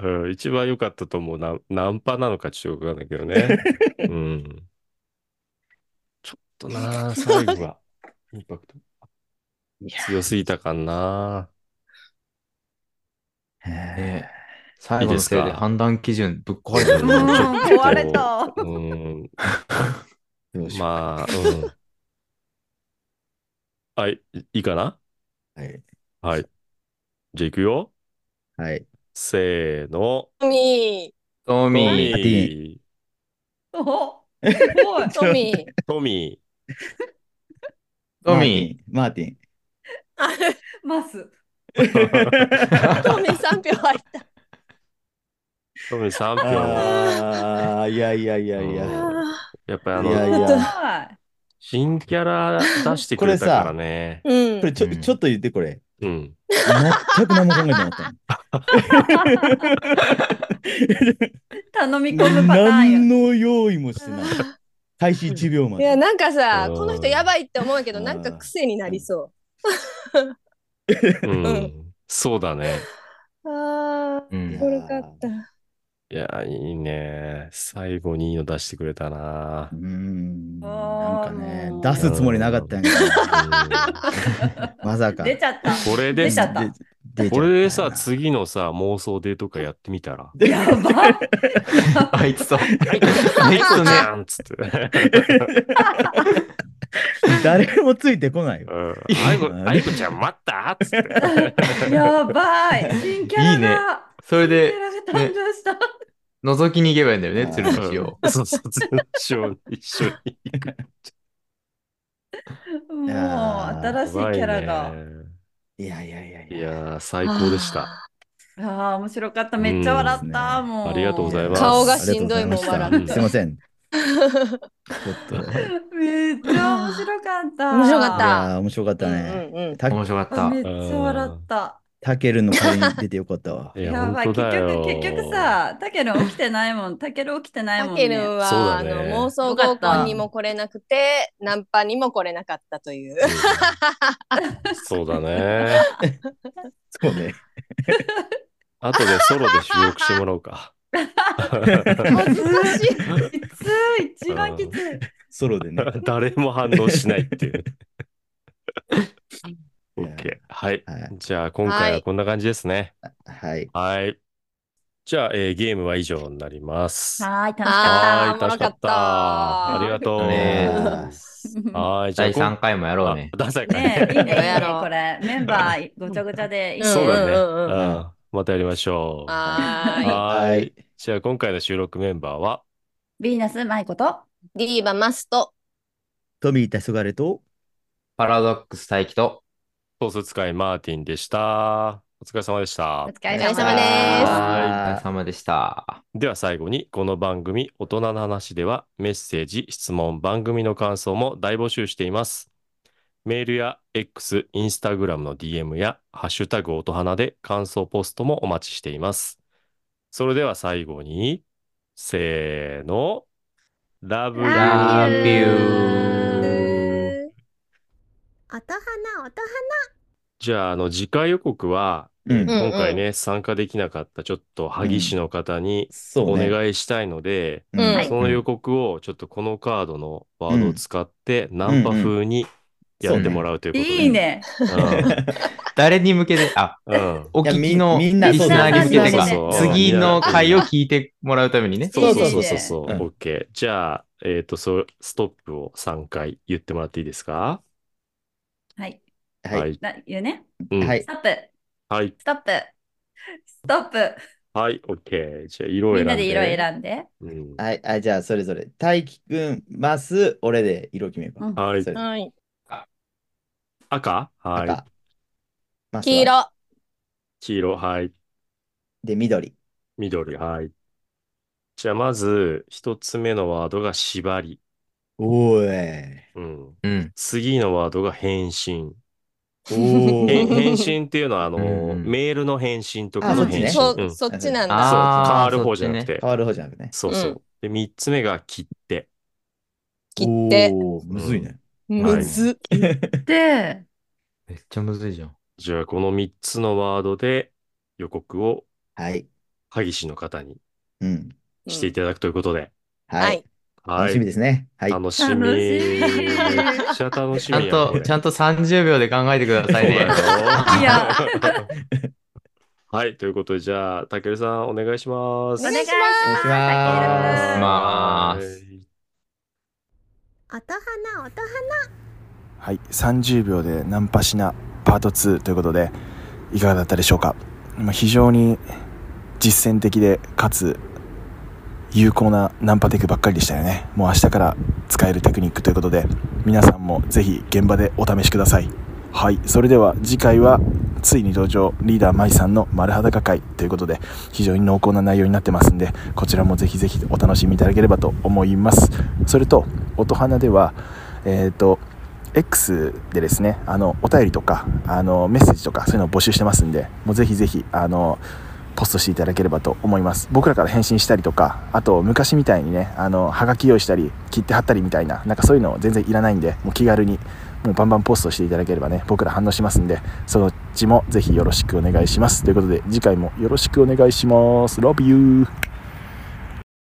S3: うん、一番良かったと思うな、ナンパなのかちょっとわかんないけどね。うん。ちょっとな、最後が、インパクト。強すぎたかな。
S6: ね最後
S3: いい
S6: の
S3: です
S6: せ
S3: か
S6: いで判断基準ぶっ壊れた
S4: う
S6: ね ちょっ
S4: ん、壊れた。
S3: うん、
S7: どうしよう
S3: まあ、うん。 はい、いいかな
S7: はい。
S3: はい。じゃあ行くよ。
S5: はい。
S3: せーの。
S1: トミ
S6: とト
S3: ト
S6: ミ
S3: ミー。
S4: お
S6: ー
S4: すごい。
S1: ー、トミー。
S3: トミ
S6: トミ
S7: マーティン。
S1: あ
S4: ます。
S7: マーティン。
S1: トミー3票入った。
S3: ー。トミー3票。
S7: ああ、いやいやいやい
S3: うん
S7: や。
S3: やっぱりあ
S7: いや
S3: の、
S7: い
S4: すごい。
S7: や。
S3: 新キャラ出してくれたからね。
S1: うん
S7: こ。れちょ、
S6: うん
S7: ちょっと言ってこれ。
S3: うん。
S5: 全く何も考えてなかっ
S4: 頼み
S5: た
S4: 込
S5: の。
S4: むパターン
S5: 何
S4: よ。
S5: の用意もしてない。開始1秒ま
S1: いや、
S5: で。
S1: なんかさ
S3: う、ん
S1: この人やばいって思うけど、
S7: うん
S1: なんか癖になりそ
S3: うん。そうだね。
S1: う。あ
S6: ー。
S1: あ、
S6: うん
S7: こ
S1: こ
S7: れ
S1: れ
S7: か
S1: か
S7: っ
S1: ったた。
S3: いや、いいね。最後にいいの出してくれたな
S7: う。ん。
S5: なん
S4: あ
S5: か
S4: ー
S5: ね
S4: もう、
S5: 出すつもりなかったんやけどまさか。
S4: 出ちゃった。
S3: これで
S4: 出ちゃった。
S7: 出ちゃった
S3: これでさ、次のさ、妄想デート会やってみた ら。
S4: やば。
S6: あいつと。あいつと
S3: じ
S6: ね。
S3: ゃんっつって。
S5: 誰もついてこないよ。
S3: うんあいこ、あいこちゃん待ったっつ って。
S4: やば い。新キャラが。
S6: いいねそれで、
S4: 新キャラが誕生した。
S6: 覗きに行けばいいんだよね、鶴の塩。
S3: うんそうそう、鶴の塩に一緒に行く。
S4: もう
S7: いやー
S4: 新しいキャラが。
S3: 怖いね
S7: いやいやいやい
S3: い
S7: や。
S3: やー、最高でした。
S4: ああ、面白かった。めっちゃ笑った。
S7: うん
S4: もう。
S3: ありがとうございます
S1: 顔がしんどいもん
S5: あ
S1: 笑
S5: り
S1: っ
S5: が
S1: て。
S5: とうございましたすいません。ちょっと。い
S4: めっちゃ面白かった。
S1: 面白かった
S5: やー面白かったね。
S1: うんうんうん。
S5: た
S6: 面白かっ
S4: あ
S6: た
S4: めっ。ちゃ笑った。
S5: たけるの会に出てよかった わ
S3: い。
S4: やばい。
S3: 本
S4: 結
S3: 当だよ
S4: 局、結局さ、タケル起きてないもん。タケル起きてない
S1: タ
S4: もん
S1: ケ
S4: ね。
S1: ルンは、
S3: そうだ
S1: あ
S3: ね
S1: の妄想合コンにも来れなくて、ナンパにも来れなかったという。
S3: うんそうだね。
S5: そうね。
S3: あとでソロで収録してもらおうか。
S1: 恥ずかしい。
S4: きつい。一番きつい。
S5: ソ ロでね。
S3: 誰も反応しないっていう。
S7: いや
S3: OK。はい。
S7: はい
S3: じゃあ、今回はこんな感じですね。
S7: はい。
S3: はい。じゃあ、えーゲームは以上になります。
S4: はーい、楽し
S1: は
S4: か
S1: ー
S3: ー
S1: い
S4: っ
S1: 楽しかった
S3: ありがとう。
S6: ね
S4: た。
S3: はい。じゃあ
S6: 第、3回もやろうね
S3: あ。第三回
S4: ねえ、いいね、いい
S1: や
S4: ね、
S1: ろう
S4: これ。メンバーごちゃごちゃでいい ね。
S3: そうだ
S1: うんう
S3: ね。
S1: んうん
S3: うんまたやりましょう。
S1: はーい。
S3: は
S7: はいい。
S3: じゃあ、今回の収録メンバーは、
S4: ヴィーナス、マイコと。
S1: ディーバマスト。
S5: トミー・タソガレと、
S6: パラドックス大輝と。
S3: ソース使いマーティンでした。お疲れ様でした
S4: お。疲れ
S1: お疲れ様で
S4: 様ですす。
S6: はいお疲れ様でした。
S3: では最後にこの番組大人の話ではメッセージ、質問、番組の感想も大募集しています。メールや X、インスタグラムの DM やハッシュタグ音花で感想ポストもお待ちしています。それでは最後に、せーの、ラブ
S4: ラブユ
S3: ー
S2: 音花音花
S3: じゃあ、あの、次回予告は、
S5: うん
S1: うん
S3: 今回ね、参加できなかったちょっと萩市の方に
S5: そ
S3: お
S5: うね。
S3: 願いしたいので、
S1: ん
S5: うん
S1: はい
S3: その予告をちょっとこのカードのワードを使ってナンパ風にやってもらうということで。
S4: いいね。
S6: 誰に向けて、あ、
S3: うん。 うん
S6: お聞きの
S5: いやみ
S6: リ
S5: んな
S6: スナーに向けてか
S3: そう、そうそう
S6: 次の回を聞いてもらうためにね。
S3: そう
S4: いい
S3: そう
S4: ね
S3: そうそうそう。
S5: うん
S3: OK。じゃあ、えっ、とそう、ストップを3回言ってもらっていいですか
S4: はい。
S7: はい
S3: はい。
S4: な言うね。
S3: うん
S7: は
S3: はい。
S7: い
S4: ストップ、
S3: はい。
S4: ストップ、ストップ。
S3: OK。じゃあ、色を
S4: み
S3: 選
S4: ん
S3: んで。
S4: なで色選んで。
S3: うん
S7: はい、あ、じゃあ、それぞれ。大輝くん、マス、俺で色決めようか
S4: うん
S3: はい
S7: それぞれ
S1: はい。
S3: 赤はい。
S7: 赤。マスは
S1: 黄。色、
S3: 黄色はい。
S7: で、緑。
S3: 緑はい。じゃあ、まず、一つ目のワードが縛り。
S7: おい。
S3: うん。
S6: うん。
S3: 次のワードが返信。
S7: お
S3: へ ん
S7: ー
S3: 返信っていうのは、あの、
S6: うんうん
S3: メールの返信とか
S7: あそ
S3: の
S7: うですね
S3: 返信。
S1: そ
S3: うんそう
S1: そっちなん
S3: 変
S1: だ。
S6: あー
S3: わる方じゃなくて。
S7: 変わる方じゃなくね。
S3: そうそう。で、三つ目が切って。
S1: 切って、
S5: おーむずいね。
S1: むず。
S4: で、
S6: めっちゃむずいじゃん。
S3: じゃあ、この三つのワードで予告を
S7: はい。
S3: 萩市の方に
S7: うん。
S3: していただくということで。
S1: は
S7: はいい。。
S3: は
S7: 楽
S3: い。
S7: しみですね。はい。
S3: 楽しみ。
S4: 楽しみ
S3: めっちゃ楽し
S6: ちゃ
S3: み
S6: ん
S3: やな。
S6: と、ちゃんと30秒で考えてくださいね。
S4: いや、
S3: はい、ということで、じゃあ、たけるさん、お願いします。
S4: お願いし
S7: お願いし
S4: ます。
S7: ま
S4: た
S7: す
S4: ける
S6: ます
S3: はい
S2: 音花、音
S8: はい、30秒でナンパしなパート2ということでいかがだったでしょうか、まあ、非常に実践的でかつ有効なナンパテクばっかりでしたよねもう明日から使えるテクニックということで皆さんもぜひ現場でお試しくださいはいそれでは次回はついに登場リーダー舞さんの丸裸会ということで非常に濃厚な内容になってますんでこちらもぜひぜひお楽しみいただければと思いますそれと音花ではえっ、と X でですね、あの、お便りとか、あの、メッセージとか、そういうのを募集してますんで、もうぜひぜひ、あの、ポストしていただければと思います。僕らから返信したりとか、あと、昔みたいにね、あの、はがき用意したり、切って貼ったりみたいな、なんかそういうの全然いらないんで、もう気軽に、もうバンバンポストしていただければね、僕ら反応しますんで、そのうちもぜひよろしくお願いします。ということで、次回もよろしくお願いします。Love you!